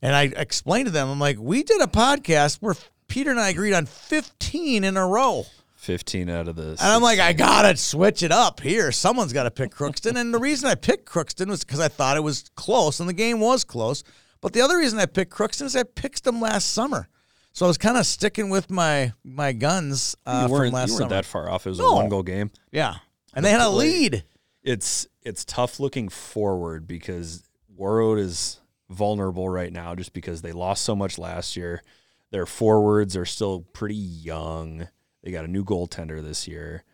Speaker 2: and I explained to them. I'm like, we did a podcast where Peter and I agreed on 15 in a row.
Speaker 3: 15 out of the.
Speaker 2: And I'm like, I gotta switch it up here. Someone's got to pick Crookston, and the reason I picked Crookston was because I thought it was close, and the game was close. But the other reason I picked Crookston is I picked them last summer, so I was kind of sticking with my my guns uh,
Speaker 3: you
Speaker 2: from
Speaker 3: weren't,
Speaker 2: last
Speaker 3: you
Speaker 2: summer.
Speaker 3: weren't that far off. It was
Speaker 2: No.
Speaker 3: a one goal game.
Speaker 2: yeah, and they had a lead.
Speaker 3: It's it's tough looking forward because Warroad is vulnerable right now just because they lost so much last year. Their forwards are still pretty young. They got a new goaltender this year,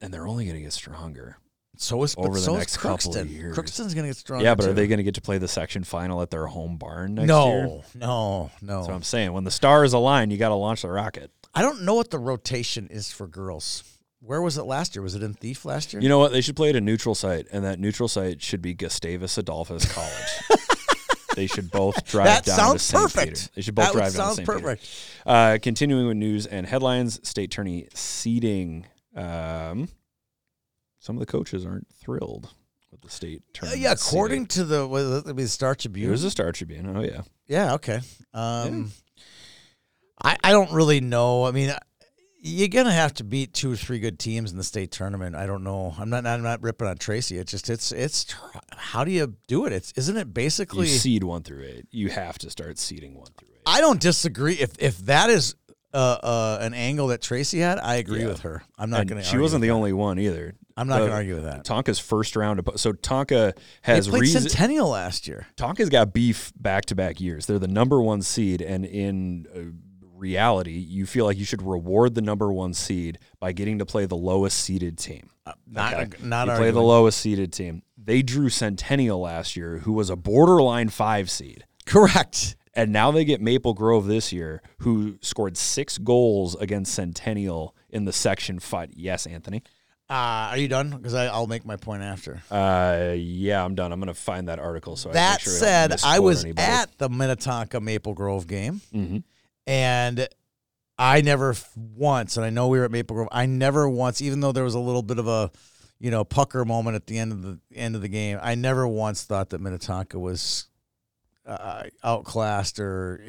Speaker 3: and they're only going to get stronger.
Speaker 2: So is but
Speaker 3: Over the
Speaker 2: so is
Speaker 3: next
Speaker 2: Crookston.
Speaker 3: couple of years.
Speaker 2: Crookston's gonna get stronger.
Speaker 3: yeah, but are
Speaker 2: too.
Speaker 3: they going to get to play the section final at their home barn next
Speaker 2: no,
Speaker 3: year?
Speaker 2: no, no,
Speaker 3: That's what I'm saying. When the stars align, you got to launch the rocket.
Speaker 2: I don't know what the rotation is for girls. Where was it last year? Was it in Thief last year?
Speaker 3: You know what? They should play at a neutral site, and that neutral site should be Gustavus Adolphus College. they should both drive
Speaker 2: that
Speaker 3: down
Speaker 2: sounds
Speaker 3: to St.
Speaker 2: perfect.
Speaker 3: Peter. They should both
Speaker 2: that would-
Speaker 3: drive down
Speaker 2: sounds
Speaker 3: to St. Peter.
Speaker 2: perfect.
Speaker 3: Uh, continuing with news and headlines, state attorney seating. Um, some of the coaches aren't thrilled with the state
Speaker 2: Uh,
Speaker 3: attorney.
Speaker 2: yeah, according to the was it the Star Tribune.
Speaker 3: it was a Star Tribune. Oh yeah,
Speaker 2: yeah, okay. Um, I I don't really know. I mean, uh, you're gonna have to beat two or three good teams in the state tournament. I don't know. I'm not. I'm not ripping on Tracy. It's just it's it's tr- how do you do it? It's isn't it
Speaker 3: you
Speaker 2: basically.
Speaker 3: seed one through eight. You have to start seeding one through eight.
Speaker 2: I don't disagree. If if that is uh, uh, an angle that Tracy had, I agree with her. I'm not
Speaker 3: And
Speaker 2: going to.
Speaker 3: she wasn't the only one either.
Speaker 2: I'm not
Speaker 3: Uh,
Speaker 2: going to argue with that.
Speaker 3: Tonka's first round. oppo- So Tonka
Speaker 2: They
Speaker 3: has
Speaker 2: played
Speaker 3: reason.
Speaker 2: Centennial last year.
Speaker 3: Tonka's got beef back to back years. They're the number one seed, and in uh, reality, you feel like you should reward the number one seed by getting to play the lowest seeded team.
Speaker 2: Not
Speaker 3: Okay.
Speaker 2: Uh, not
Speaker 3: you play
Speaker 2: arguing.
Speaker 3: the lowest seeded team. They drew Centennial last year, who was a borderline five seed.
Speaker 2: correct.
Speaker 3: And now they get Maple Grove this year, who scored six goals against Centennial in the section fight. Yes, Anthony.
Speaker 2: Uh, are you done? Because I'll make my point after.
Speaker 3: Uh, yeah, I'm done. I'm gonna find that article. So I
Speaker 2: that
Speaker 3: make sure I don't
Speaker 2: said, I
Speaker 3: misquote
Speaker 2: was
Speaker 3: anybody.
Speaker 2: at the Minnetonka Maple Grove game,
Speaker 3: Mhm.
Speaker 2: and I never f- once, and I know we were at Maple Grove. I never once, even though there was a little bit of a, you know, pucker moment at the end of the end of the game. I never once thought that Minnetonka was uh, outclassed or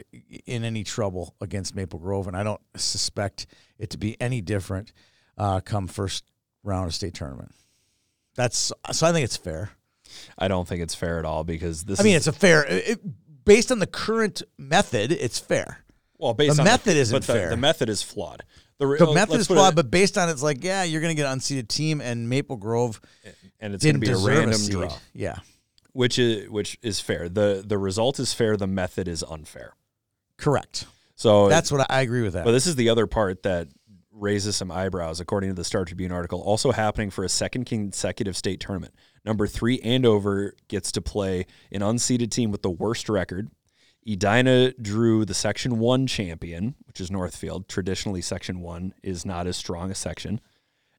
Speaker 2: in any trouble against Maple Grove, and I don't suspect it to be any different uh, come first round of state tournament. That's so. I think it's fair.
Speaker 3: I don't think it's fair at all because this.
Speaker 2: I mean,
Speaker 3: is,
Speaker 2: it's a fair it, based on the current method. It's fair.
Speaker 3: well based
Speaker 2: the
Speaker 3: on
Speaker 2: method isn't
Speaker 3: but the,
Speaker 2: fair.
Speaker 3: The method is flawed. The, re-
Speaker 2: The
Speaker 3: oh,
Speaker 2: method
Speaker 3: let's
Speaker 2: is
Speaker 3: put it-
Speaker 2: flawed, but based on it's like, yeah, you're going to get an unseeded team, and Maple Grove
Speaker 3: and it's going
Speaker 2: didn't
Speaker 3: to be a
Speaker 2: deserve
Speaker 3: random
Speaker 2: seed.
Speaker 3: draw,
Speaker 2: Yeah,
Speaker 3: which is which is fair. the The result is fair. The method is unfair.
Speaker 2: correct.
Speaker 3: So
Speaker 2: That's what I, I agree with that.
Speaker 3: But this is the other part that raises some eyebrows, according to the Star Tribune article. Also happening for a second consecutive state tournament. Number three, Andover gets to play an unseeded team with the worst record. Edina drew the Section 1 champion, which is Northfield. Traditionally, Section 1 is not as strong a section.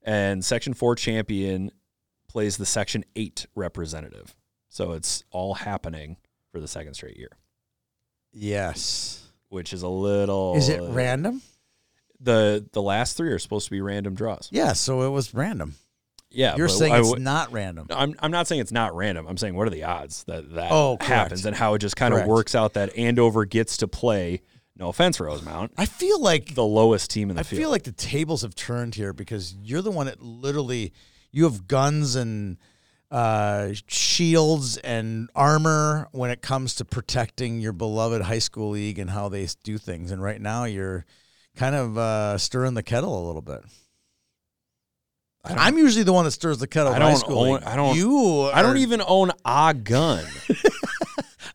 Speaker 3: And Section 4 champion plays the Section 8 representative. So it's all happening for the second straight year,
Speaker 2: yes,
Speaker 3: which is a little.
Speaker 2: is it random?
Speaker 3: the the last three are supposed to be random draws.
Speaker 2: Yeah, so it was random.
Speaker 3: Yeah,
Speaker 2: You're
Speaker 3: but
Speaker 2: saying
Speaker 3: I
Speaker 2: it's
Speaker 3: would-
Speaker 2: not random.
Speaker 3: No, I'm I'm not saying it's not random. I'm saying what are the odds that that
Speaker 2: Oh, correct.
Speaker 3: happens and how it just kind of
Speaker 2: Correct.
Speaker 3: works out that Andover gets to play. No offense, Rosemount,
Speaker 2: I feel like
Speaker 3: the lowest team in the
Speaker 2: I
Speaker 3: field.
Speaker 2: feel like the tables have turned here because you're the one that literally you have guns and uh, shields and armor when it comes to protecting your beloved high school league and how they do things. And right now you're kind of uh, stirring the kettle a little bit.
Speaker 3: don't-
Speaker 2: I'm usually the one that stirs the kettle.
Speaker 3: I
Speaker 2: in high
Speaker 3: don't
Speaker 2: school
Speaker 3: own-
Speaker 2: league.
Speaker 3: I don't-
Speaker 2: You.
Speaker 3: I don't
Speaker 2: are
Speaker 3: even own a gun.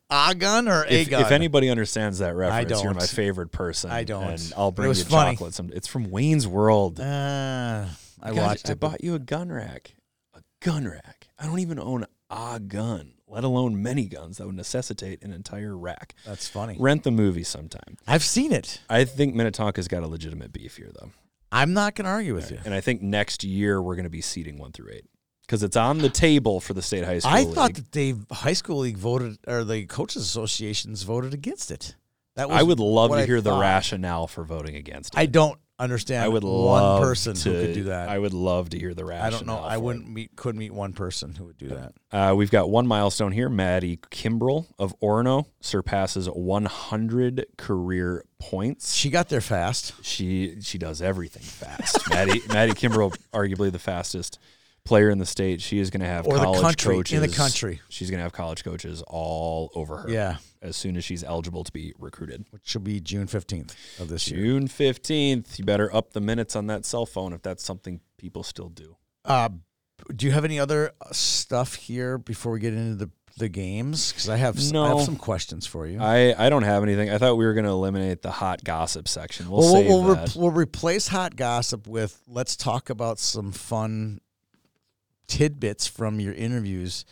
Speaker 2: a gun or a
Speaker 3: if,
Speaker 2: gun.
Speaker 3: if anybody understands that reference, you're
Speaker 2: don't.
Speaker 3: my favorite person.
Speaker 2: I don't.
Speaker 3: And I'll
Speaker 2: But it
Speaker 3: bring
Speaker 2: was
Speaker 3: you
Speaker 2: funny.
Speaker 3: chocolate. Some, it's from Wayne's World.
Speaker 2: Uh, I
Speaker 3: Guys,
Speaker 2: watched
Speaker 3: I
Speaker 2: it. but-
Speaker 3: bought you a gun rack. A gun rack. I don't even own a gun, let alone many guns that would necessitate an entire rack.
Speaker 2: That's funny.
Speaker 3: Rent the movie sometime.
Speaker 2: I've seen it.
Speaker 3: I think Minnetonka's got a legitimate beef here, though.
Speaker 2: I'm not going to argue with you.
Speaker 3: And I think next year we're going to be seating one through eight because it's on the table for the state high school.
Speaker 2: I
Speaker 3: league.
Speaker 2: thought that the high school league voted or the coaches associations voted against it. That was
Speaker 3: I would love
Speaker 2: what
Speaker 3: to
Speaker 2: I
Speaker 3: hear the
Speaker 2: thought.
Speaker 3: rationale for voting against it.
Speaker 2: I don't understand.
Speaker 3: I would love
Speaker 2: one person
Speaker 3: to,
Speaker 2: who could do that.
Speaker 3: I would love to hear the rationale.
Speaker 2: I don't know. I
Speaker 3: for it.
Speaker 2: wouldn't meet. Could meet one person who would do that.
Speaker 3: Uh, we've got one milestone here. Maddie Kimbrell of Orono surpasses 100 career points.
Speaker 2: She got there fast.
Speaker 3: she she does everything fast. Maddie Maddie Kimbrell, arguably the fastest player in the state. She is going to have
Speaker 2: Or the
Speaker 3: college
Speaker 2: country,
Speaker 3: coaches
Speaker 2: in the country.
Speaker 3: She's going to have college coaches all over her.
Speaker 2: Yeah,
Speaker 3: as soon as she's eligible to be recruited.
Speaker 2: which should be June fifteenth of this year.
Speaker 3: June fifteenth. You better up the minutes on that cell phone if that's something people still do.
Speaker 2: Uh, do you have any other uh, stuff here before we get into the the games? Because I have s- I
Speaker 3: No.
Speaker 2: have some questions for you.
Speaker 3: I I don't have anything. I thought we were going to eliminate the hot gossip section. We'll,
Speaker 2: Well,
Speaker 3: save
Speaker 2: we'll, we'll,
Speaker 3: that.
Speaker 2: rep- we'll replace hot gossip with let's talk about some fun tidbits from your interviews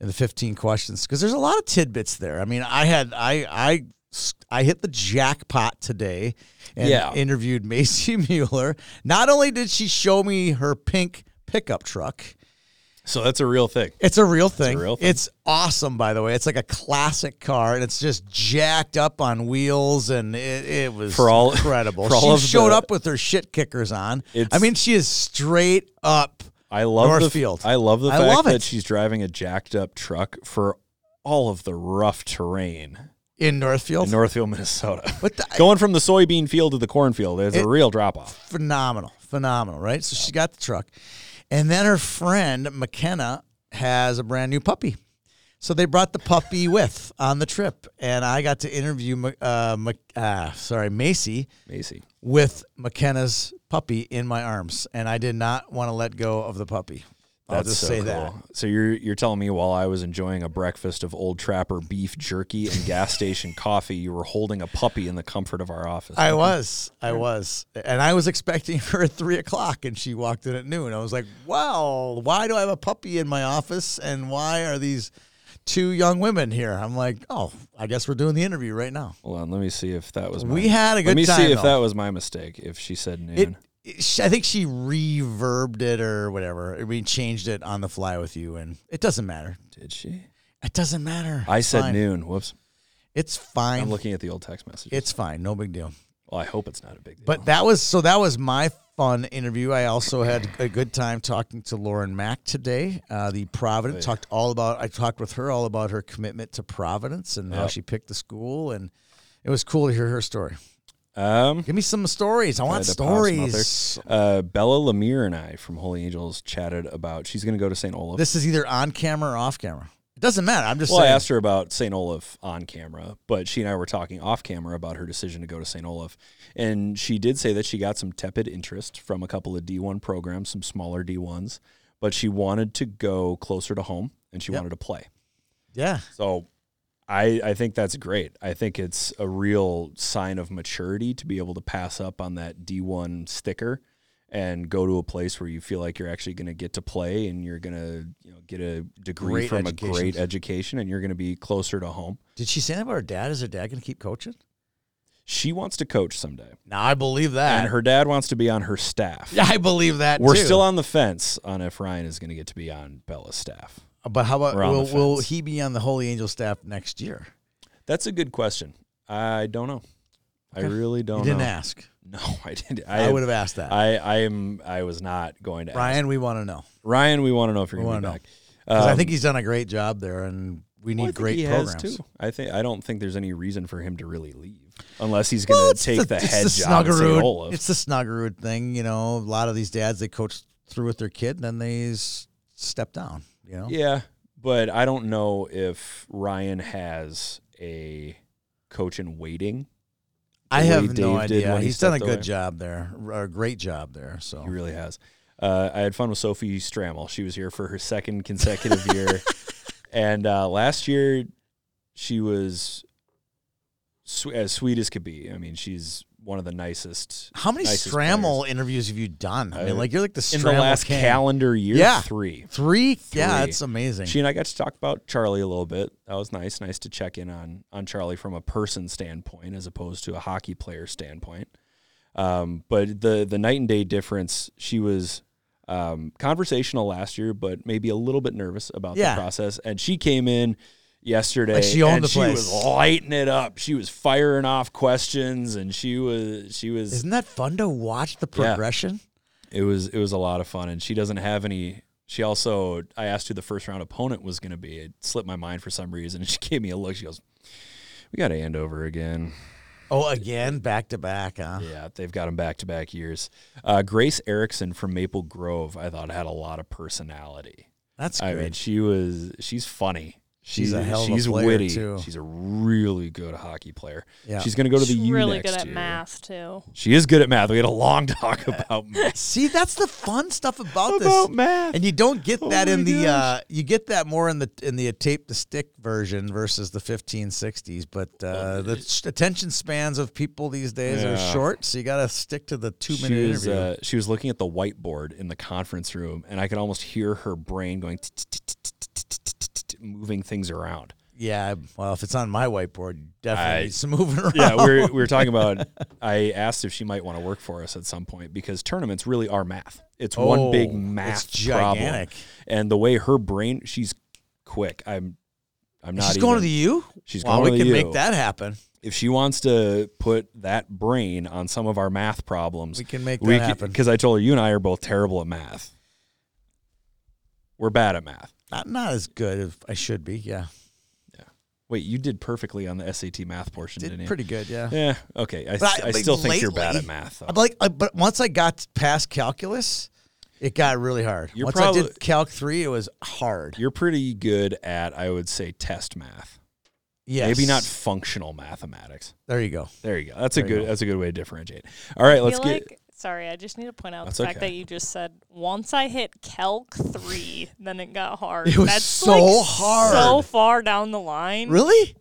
Speaker 2: and the 15 questions because there's a lot of tidbits there. I mean, I had I I s- I hit the jackpot today and
Speaker 3: Yeah.
Speaker 2: interviewed Macy Mueller. Not only did she show me her pink pickup truck,
Speaker 3: so that's a real thing.
Speaker 2: it's a real thing.
Speaker 3: real thing.
Speaker 2: It's awesome, by the way. It's like a classic car, and it's just jacked up on wheels, and it, it was
Speaker 3: For all-
Speaker 2: incredible.
Speaker 3: for all of
Speaker 2: she showed
Speaker 3: the-
Speaker 2: up with her shit kickers on. I
Speaker 3: It's-
Speaker 2: mean, she is straight up.
Speaker 3: I love
Speaker 2: Northfield.
Speaker 3: The, I love the
Speaker 2: I
Speaker 3: fact
Speaker 2: love
Speaker 3: that
Speaker 2: it.
Speaker 3: she's driving a jacked up truck for all of the rough terrain
Speaker 2: in Northfield.
Speaker 3: in Northfield, Minnesota.
Speaker 2: But the-
Speaker 3: Going from the soybean field to the cornfield is
Speaker 2: It-
Speaker 3: a real drop off.
Speaker 2: phenomenal, phenomenal, right? So she got the truck, and then her friend McKenna has a brand new puppy. So they brought the puppy with on the trip, and I got to interview Ma- uh, Ma- uh, sorry Macy
Speaker 3: Macy.
Speaker 2: with McKenna's puppy in my arms, and I did not want to let go of the puppy. I'll
Speaker 3: That's
Speaker 2: just
Speaker 3: so
Speaker 2: say
Speaker 3: cool.
Speaker 2: that.
Speaker 3: So you're you're telling me while I was enjoying a breakfast of old trapper beef jerky and gas station coffee, you were holding a puppy in the comfort of our office.
Speaker 2: I was, I was, and I was expecting her at three o'clock, and she walked in at noon. I was like, "Well, why do I have a puppy in my office, and why are these two young women here?" I'm like, "Oh, I guess we're doing the interview right now."
Speaker 3: Hold on, let me see if that was.
Speaker 2: We
Speaker 3: my-
Speaker 2: had a good
Speaker 3: Let me
Speaker 2: time,
Speaker 3: see if
Speaker 2: though.
Speaker 3: that was my mistake. If she said noon,
Speaker 2: It, it- sh I think she reverbed it or whatever. I mean, changed it on the fly with you, and it doesn't matter.
Speaker 3: did she?
Speaker 2: It doesn't matter.
Speaker 3: I
Speaker 2: It's
Speaker 3: said
Speaker 2: fine.
Speaker 3: noon. Whoops.
Speaker 2: It's
Speaker 3: I'm
Speaker 2: fine.
Speaker 3: looking at the old text message.
Speaker 2: it's fine. No big deal.
Speaker 3: Well, I hope it's not a big deal.
Speaker 2: But that was so that was my fun interview. I also had a good time talking to Lauren Mack today. Uh, the Providence
Speaker 3: Oh,
Speaker 2: talked all about. I talked with her all about her commitment to Providence and how
Speaker 3: Yep.
Speaker 2: she picked the school, and it was cool to hear her story.
Speaker 3: um,
Speaker 2: Give me some stories. I want
Speaker 3: had to pop some out
Speaker 2: stories.
Speaker 3: there. Uh, Bella Lemire and I from Holy Angels chatted about. She's going to go to St. Olaf.
Speaker 2: This is either on camera or off camera. It doesn't matter. I'm just
Speaker 3: well, I
Speaker 2: saying.
Speaker 3: asked her about St. Olaf on camera, but she and I were talking off camera about her decision to go to St. Olaf. And she did say that she got some tepid interest from a couple of D1 programs, some smaller D1s, but she wanted to go closer to home and she
Speaker 2: Yep.
Speaker 3: wanted to play.
Speaker 2: yeah,
Speaker 3: So I, I think that's great. I think it's a real sign of maturity to be able to pass up on that D1 sticker and go to a place where you feel like you're actually going to get to play and you're going to you know, get a degree
Speaker 2: Great
Speaker 3: from
Speaker 2: education.
Speaker 3: a great education and you're going to be closer to home.
Speaker 2: did she say that about her dad? Is her dad going to keep coaching?
Speaker 3: She wants to coach someday.
Speaker 2: No, I believe that.
Speaker 3: and her dad wants to be on her staff.
Speaker 2: Ah. Yeah, I believe that.
Speaker 3: We're
Speaker 2: too.
Speaker 3: still on the fence on if Ryan is going to get to be on Bella's staff.
Speaker 2: But how about
Speaker 3: we're on the
Speaker 2: will, will
Speaker 3: fence.
Speaker 2: he be on the Holy Angel staff next year?
Speaker 3: That's a good question. I don't know. I really don't
Speaker 2: You didn't
Speaker 3: know.
Speaker 2: ask.
Speaker 3: Oh, No, I didn't.
Speaker 2: I, would have asked that.
Speaker 3: I, I am I was not going to ask.
Speaker 2: Ryan, we want to know
Speaker 3: Ryan, we want to know if you're
Speaker 2: We
Speaker 3: going to be
Speaker 2: wanna know.
Speaker 3: back.
Speaker 2: 'Cause I
Speaker 3: Um,
Speaker 2: think he's done a great job there, and we need
Speaker 3: well, I think
Speaker 2: great
Speaker 3: he has,
Speaker 2: programs.
Speaker 3: too. I think I don't think there's any reason for him to really leave unless he's going to take the,
Speaker 2: it's
Speaker 3: head
Speaker 2: the
Speaker 3: job. at St.
Speaker 2: Snuggerud-
Speaker 3: Olaf.
Speaker 2: It's the Snuggerud thing, you know. A lot of these dads they coach through with their kid, and then they s- step down. You know,
Speaker 3: Yeah, but I don't know if Ryan has a coach in waiting.
Speaker 2: I
Speaker 3: the way
Speaker 2: have no
Speaker 3: Dave did
Speaker 2: idea.
Speaker 3: when he
Speaker 2: He's done a
Speaker 3: stepped
Speaker 2: good
Speaker 3: away.
Speaker 2: job there, r- a great job there. So
Speaker 3: He really has. Uh, I had fun with Sophie Strammel. She was here for her second consecutive year, and uh, last year she was sw- as sweet as could be. I mean, she's one of the nicest.
Speaker 2: how many
Speaker 3: nicest
Speaker 2: Stramel
Speaker 3: players.
Speaker 2: interviews have you done? I mean,
Speaker 3: Uh,
Speaker 2: like you're like the
Speaker 3: in
Speaker 2: Stramel
Speaker 3: the last
Speaker 2: king.
Speaker 3: calendar year?
Speaker 2: Yeah.
Speaker 3: three.
Speaker 2: Three? Yeah,
Speaker 3: Three.
Speaker 2: it's amazing.
Speaker 3: She and I got to talk about Charlie a little bit. That was nice. Nice to check in on on Charlie from a person standpoint as opposed to a hockey player standpoint. Um, but the the night and day difference. She was um, conversational last year, but maybe a little bit nervous about
Speaker 2: Yeah.
Speaker 3: the process. And she came in yesterday.
Speaker 2: Like she owned
Speaker 3: and
Speaker 2: the place.
Speaker 3: She was lighting it up. She was firing off questions, and she was she was
Speaker 2: Isn't that fun to watch the
Speaker 3: Yeah.
Speaker 2: progression?
Speaker 3: it was it was a lot of fun and she doesn't have any she also i asked who the first round opponent was going to be it slipped my mind for some reason and she gave me a look she goes we got andover again
Speaker 2: Oh, again, back to back, huh?
Speaker 3: yeah they've got them back to back years uh, grace erickson from maple grove i thought had a lot of personality
Speaker 2: That's
Speaker 3: i
Speaker 2: good.
Speaker 3: mean she was she's funny
Speaker 2: She's a hell of a
Speaker 3: she's
Speaker 2: player,
Speaker 3: witty
Speaker 2: too.
Speaker 3: she's a really good hockey player
Speaker 2: Yeah.
Speaker 3: she's going to go to the
Speaker 1: She's
Speaker 3: u
Speaker 1: really
Speaker 3: next
Speaker 1: good at
Speaker 3: year.
Speaker 1: math too.
Speaker 3: she is good at math we had a long talk about math
Speaker 2: See, that's the fun stuff about, this.
Speaker 3: about math
Speaker 2: And you don't get
Speaker 3: Oh
Speaker 2: that
Speaker 3: my
Speaker 2: in the uh,
Speaker 3: gosh.
Speaker 2: you get that more in the in the tape to stick version versus the 1560s, but uh, the s- attention spans of people these days are
Speaker 3: Yeah.
Speaker 2: short, so you got to stick to the 2 minute
Speaker 3: she was,
Speaker 2: interview.
Speaker 3: uh, she was looking at the whiteboard in the conference room, and I could almost hear her brain going, "T-t-t-t-t-t-t-t-t-t-t," moving things around.
Speaker 2: yeah, well, if it's on my whiteboard, you definitely
Speaker 3: I-
Speaker 2: need some moving around.
Speaker 3: Yeah, we were, we were talking about. I asked if she might want to work for us at some point because tournaments really are math. It's one
Speaker 2: Oh,
Speaker 3: big
Speaker 2: it's
Speaker 3: math problem,
Speaker 2: gigantic.
Speaker 3: and the way her brain, she's quick. I'm, I'm not.
Speaker 2: She's going to
Speaker 3: even-
Speaker 2: the U.
Speaker 3: She's
Speaker 2: Well,
Speaker 3: going
Speaker 2: we
Speaker 3: to
Speaker 2: can
Speaker 3: the
Speaker 2: make
Speaker 3: U.
Speaker 2: that happen.
Speaker 3: if she wants to put that brain on some of our math problems,
Speaker 2: We can make that happen.
Speaker 3: Because I told her you and I are both terrible at math. We're bad at math.
Speaker 2: Not not as good as I should be. Yeah,
Speaker 3: Wait, you did perfectly on the SAT math portion, did not
Speaker 2: did
Speaker 3: you?
Speaker 2: pretty good. Yeah.
Speaker 3: Yeah. Okay. I,
Speaker 2: But
Speaker 3: st- I
Speaker 2: like,
Speaker 3: still think you're
Speaker 2: lately-
Speaker 3: bad at math. Though.
Speaker 2: I'm Like, I- but once I got past calculus, It got really hard.
Speaker 3: You're
Speaker 2: Once I
Speaker 3: probably-
Speaker 2: did Calc 3, it was hard.
Speaker 3: You're pretty good at, I would say, test math.
Speaker 2: Yes.
Speaker 3: Maybe not functional mathematics.
Speaker 2: There you go.
Speaker 3: There you go. That's a
Speaker 2: There you
Speaker 3: good.
Speaker 2: go.
Speaker 3: That's a good way to differentiate. All right,
Speaker 1: I
Speaker 3: let's
Speaker 1: feel
Speaker 3: get.
Speaker 1: like, sorry, I just need to point out
Speaker 3: That's
Speaker 1: the fact
Speaker 3: okay.
Speaker 1: that you just said once I hit Calc three, then it got hard.
Speaker 2: It was
Speaker 1: That's
Speaker 2: so
Speaker 1: like So
Speaker 2: hard.
Speaker 1: far down the line,
Speaker 2: Really?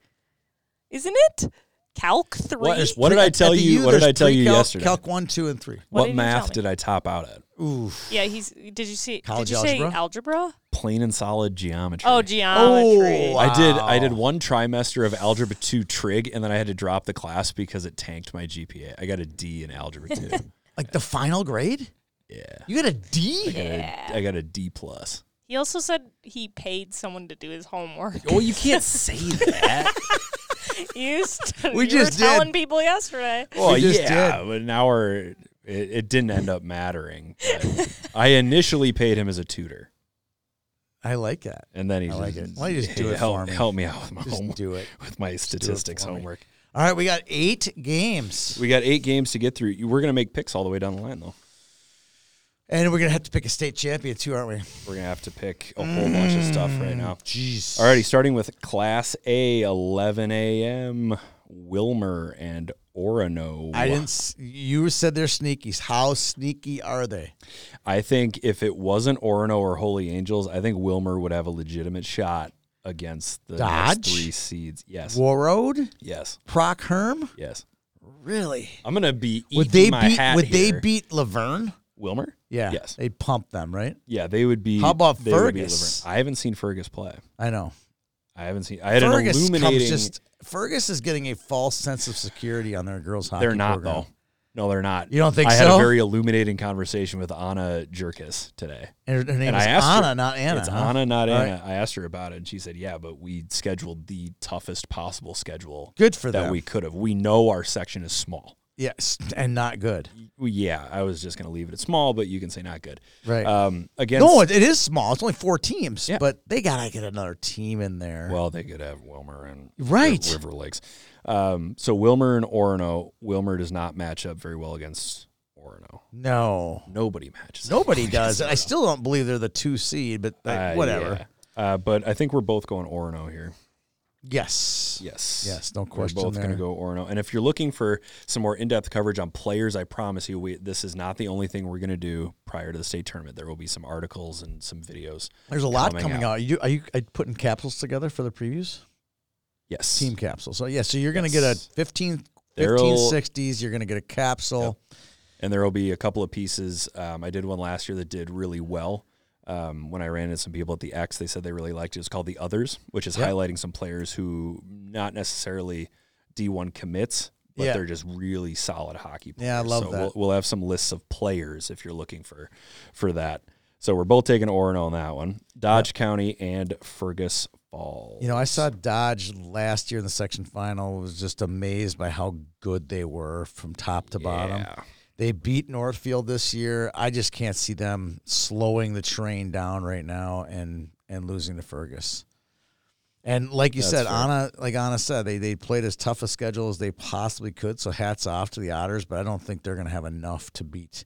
Speaker 1: isn't it? Calc three.
Speaker 3: What is- what did I tell
Speaker 2: At the
Speaker 3: you?
Speaker 2: U,
Speaker 3: what did
Speaker 2: there's
Speaker 3: I tell you
Speaker 2: pre-calc,
Speaker 3: yesterday?
Speaker 2: Calc 1, 2, and 3.
Speaker 1: What
Speaker 3: what
Speaker 1: did you tell
Speaker 3: math
Speaker 1: me?
Speaker 3: did I top out at?
Speaker 2: Oof.
Speaker 1: Yeah, he's. Did you see?
Speaker 2: College
Speaker 1: did you say
Speaker 2: algebra?
Speaker 1: algebra?
Speaker 3: Plain and solid geometry.
Speaker 1: Oh, geometry.
Speaker 2: wow.
Speaker 3: I did. I did
Speaker 2: Wow.
Speaker 3: one trimester of algebra two trig, and then I had to drop the class because it tanked my GPA. I got a D in algebra two.
Speaker 2: Like the final grade?
Speaker 3: yeah,
Speaker 2: You got a D?
Speaker 3: I got a, I got a D plus.
Speaker 1: He also said he paid someone to do his homework.
Speaker 3: Oh, you can't say that.
Speaker 1: You st-
Speaker 2: We
Speaker 1: you were
Speaker 2: just did.
Speaker 1: telling people yesterday.
Speaker 3: well,
Speaker 2: We just
Speaker 3: yeah, but now we're. It, it didn't end up mattering. but I initially paid him as a tutor,
Speaker 2: I like that.
Speaker 3: and then he
Speaker 2: I like
Speaker 3: just,
Speaker 2: it. Why don't you just do
Speaker 3: "Hey,
Speaker 2: it
Speaker 3: help,
Speaker 2: for me?
Speaker 3: Help me out with my
Speaker 2: Just
Speaker 3: homework,
Speaker 2: do it.
Speaker 3: with my statistics
Speaker 2: for me.
Speaker 3: homework.
Speaker 2: All right, we got eight games.
Speaker 3: We got eight games to get through. You- We're gonna make picks all the way down the line, though.
Speaker 2: And we're going to have to pick a state champion, too, aren't we?
Speaker 3: We're gonna have to pick a whole bunch of stuff right now.
Speaker 2: Mm. Jeez.
Speaker 3: Alrighty, starting with Class A, 11 a.m. Wilmer and Orono.
Speaker 2: I didn't. s- You said they're sneakies. How sneaky are they?
Speaker 3: I think if it wasn't Orono or Holy Angels, I think Wilmer would have a legitimate shot against the next
Speaker 2: Dodge?
Speaker 3: three seeds. Yes,
Speaker 2: Warroad,
Speaker 3: yes,
Speaker 2: Proc Herm,
Speaker 3: yes.
Speaker 2: really?
Speaker 3: I'm gonna be.
Speaker 2: Would they
Speaker 3: my
Speaker 2: beat?
Speaker 3: Hat
Speaker 2: Would they
Speaker 3: here.
Speaker 2: beat Laverne?
Speaker 3: Wilmer?
Speaker 2: Yeah.
Speaker 3: Yes.
Speaker 2: They pump them, right?
Speaker 3: Yeah, they would be.
Speaker 2: How about
Speaker 3: they would be
Speaker 2: Fergus?
Speaker 3: Laverne. I haven't seen Fergus play.
Speaker 2: I know.
Speaker 3: I haven't seen. I had
Speaker 2: Fergus
Speaker 3: an illuminating.
Speaker 2: comes just. Fergus is getting a false sense of security on their girls' hockey.
Speaker 3: They're not
Speaker 2: program.
Speaker 3: though. No, they're not.
Speaker 2: You don't think
Speaker 3: I had
Speaker 2: so?
Speaker 3: a very illuminating conversation with Anna Jerkis today.
Speaker 2: And her, her name
Speaker 3: and
Speaker 2: is
Speaker 3: I asked
Speaker 2: Anna,
Speaker 3: her,
Speaker 2: not Anna.
Speaker 3: It's
Speaker 2: huh?
Speaker 3: Anna, not
Speaker 2: All
Speaker 3: Anna. I asked her about it, and she said, "Yeah, but we scheduled the toughest possible schedule
Speaker 2: Good for
Speaker 3: that
Speaker 2: them.
Speaker 3: we could have. We know our section is small.
Speaker 2: Yes, and not good.
Speaker 3: Well, yeah, I was just going to leave it at small, but you can say not good.
Speaker 2: Right.
Speaker 3: Um, against
Speaker 2: no, it, it is small. It's only four teams,
Speaker 3: Yeah.
Speaker 2: but they gotta get another team in there.
Speaker 3: Well, they could have Wilmer and
Speaker 2: Right.
Speaker 3: River Lakes. Um, so Wilmer and Orono. Wilmer does not match up very well against Orono.
Speaker 2: no,
Speaker 3: Nobody matches. up
Speaker 2: nobody
Speaker 3: well
Speaker 2: does.
Speaker 3: against
Speaker 2: And I
Speaker 3: Orono.
Speaker 2: still don't believe they're the two seed, but like,
Speaker 3: Uh,
Speaker 2: whatever.
Speaker 3: yeah. Uh, but I think we're both going Orono here.
Speaker 2: Yes.
Speaker 3: Yes.
Speaker 2: Yes, no
Speaker 3: We're
Speaker 2: question
Speaker 3: both going to
Speaker 2: there.
Speaker 3: go Orono. And if you're looking for some more in-depth coverage on players, I promise you, we, this is not the only thing we're going to do prior to the state tournament. There will be some articles and some videos.
Speaker 2: There's a lot
Speaker 3: coming
Speaker 2: coming, out. You do, are you are you putting capsules together for the previews?
Speaker 3: Yes.
Speaker 2: Team capsules. So yeah, so you're gonna get a
Speaker 3: Yes.
Speaker 2: 15,
Speaker 3: There'll-
Speaker 2: 1560s. You're gonna get a capsule.
Speaker 3: And there will be a couple of pieces. Um, I did one last year that did really well. Um, when I ran into some people at the X, they said they really liked it. It's called The Others, which is
Speaker 2: Yep.
Speaker 3: highlighting some players who not necessarily D1 commits, but
Speaker 2: Yeah.
Speaker 3: they're just really solid hockey players.
Speaker 2: Yeah, I love
Speaker 3: so
Speaker 2: that.
Speaker 3: We'll, we'll have some lists of players if you're looking for for that. So we're both taking Orono on that one. Dodge County and Fergus Falls.
Speaker 2: You know, I saw Dodge last year in the section final. Was just amazed by how good they were from top to bottom.
Speaker 3: Yeah.
Speaker 2: They beat Northfield this year. I just can't see them slowing the train down right now and and losing to Fergus. And like you
Speaker 3: That's
Speaker 2: said,
Speaker 3: fair.
Speaker 2: Anna, like Anna said, they they played as tough a schedule as they possibly could. So hats off to the Otters, but I don't think they're going to have enough to beat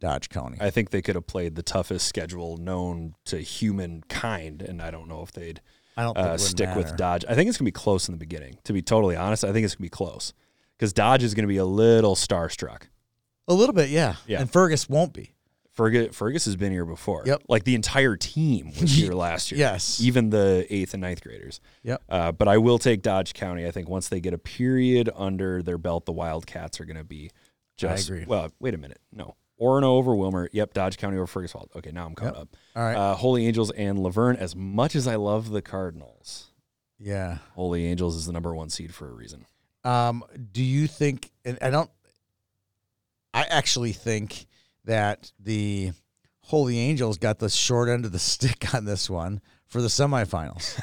Speaker 2: Dodge County.
Speaker 3: I think they could have played the toughest schedule known to humankind, and I don't know if they'd
Speaker 2: I don't think it
Speaker 3: uh,
Speaker 2: would
Speaker 3: stick with
Speaker 2: matter.
Speaker 3: Dodge. I think it's gonna be close in the beginning. To be totally honest, I think it's gonna be close because Dodge is gonna be a little starstruck.
Speaker 2: A little bit, yeah.
Speaker 3: Yeah.
Speaker 2: And Fergus won't be.
Speaker 3: Fergus, Fergus has been here before.
Speaker 2: Yep.
Speaker 3: Like the entire team was here last year.
Speaker 2: Yes.
Speaker 3: Even the eighth and ninth graders.
Speaker 2: Yep.
Speaker 3: Uh, but I will take Dodge County. I think once they get a period under their belt, the Wildcats are going to be just.
Speaker 2: agree.
Speaker 3: Well, wait a minute. No. Orono over Wilmer. Yep. Dodge County over Fergus Falls. Okay, now I'm coming
Speaker 2: Yep.
Speaker 3: up.
Speaker 2: All right.
Speaker 3: Uh, Holy Angels and Laverne. As much as I love the Cardinals,
Speaker 2: yeah.
Speaker 3: Holy Angels is the number one seed for a reason.
Speaker 2: Um, do you think? And I don't. I actually think that the Holy Angels got the short end of the stick on this one for the semifinals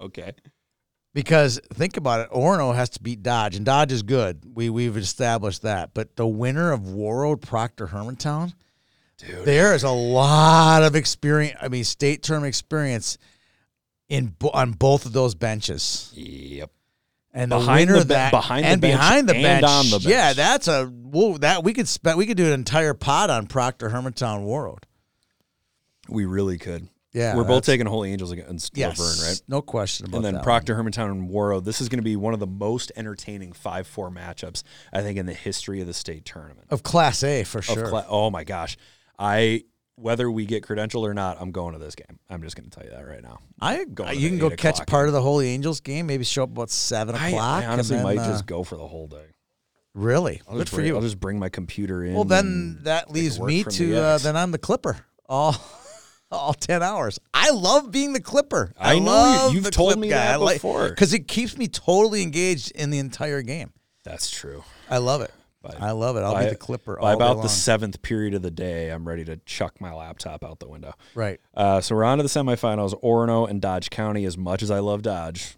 Speaker 3: Okay.
Speaker 2: because think about it. Orono has to beat Dodge, and Dodge is good. We we've established that. But the winner of Warroad Proctor Hermantown,
Speaker 3: Dude.
Speaker 2: there is a lot of experience. I mean, state term experience in bo- on both of those benches.
Speaker 3: Yep.
Speaker 2: and the
Speaker 3: Behind
Speaker 2: winner
Speaker 3: the
Speaker 2: of
Speaker 3: be-
Speaker 2: that
Speaker 3: behind the
Speaker 2: and
Speaker 3: bench
Speaker 2: behind the
Speaker 3: and
Speaker 2: bench,
Speaker 3: on the bench.
Speaker 2: yeah, that's a whoa, that we could spend we could do an entire pod on Proctor Hermantown Warroad.
Speaker 3: We really could.
Speaker 2: Yeah,
Speaker 3: We're both
Speaker 2: that's-
Speaker 3: taking Holy Angels against Laverne, right?
Speaker 2: No question about
Speaker 3: And
Speaker 2: that.
Speaker 3: then
Speaker 2: one.
Speaker 3: Proctor, Hermantown, and Warrow. This is going to be one of the most entertaining 5 4 matchups, I think, in the history of the state tournament.
Speaker 2: of Class A for
Speaker 3: Of
Speaker 2: sure.
Speaker 3: cla- oh my gosh. I. Whether we get credentialed or not, I'm going to this game. I'm just going to tell you that right now.
Speaker 2: I
Speaker 3: Going
Speaker 2: uh,
Speaker 3: to
Speaker 2: you
Speaker 3: the
Speaker 2: can go
Speaker 3: eight
Speaker 2: catch
Speaker 3: o'clock.
Speaker 2: part of the Holy Angels game. Maybe show up about seven
Speaker 3: I,
Speaker 2: o'clock.
Speaker 3: I honestly
Speaker 2: and then,
Speaker 3: might
Speaker 2: uh,
Speaker 3: just go for the whole day.
Speaker 2: really
Speaker 3: I'll
Speaker 2: good
Speaker 3: just
Speaker 2: for
Speaker 3: bring, I'll
Speaker 2: you.
Speaker 3: just bring my computer in.
Speaker 2: Well, then
Speaker 3: and
Speaker 2: that
Speaker 3: make it
Speaker 2: leaves
Speaker 3: work
Speaker 2: me
Speaker 3: from
Speaker 2: to
Speaker 3: the
Speaker 2: uh,
Speaker 3: X.
Speaker 2: then I'm the Clipper all all ten hours. I love being the Clipper.
Speaker 3: I know you-
Speaker 2: love
Speaker 3: you've
Speaker 2: the
Speaker 3: told
Speaker 2: clip
Speaker 3: me
Speaker 2: guy.
Speaker 3: that
Speaker 2: I like,
Speaker 3: before.
Speaker 2: because it keeps me totally engaged in the entire game.
Speaker 3: That's true.
Speaker 2: I love it.
Speaker 3: By-
Speaker 2: I love it. I'll
Speaker 3: by-
Speaker 2: be the Clipper all
Speaker 3: By
Speaker 2: day
Speaker 3: about
Speaker 2: long.
Speaker 3: the seventh period of the day, I'm ready to chuck my laptop out the window.
Speaker 2: right.
Speaker 3: Uh, so we're on to the semifinals. Orono and Dodge County. As much as I love Dodge,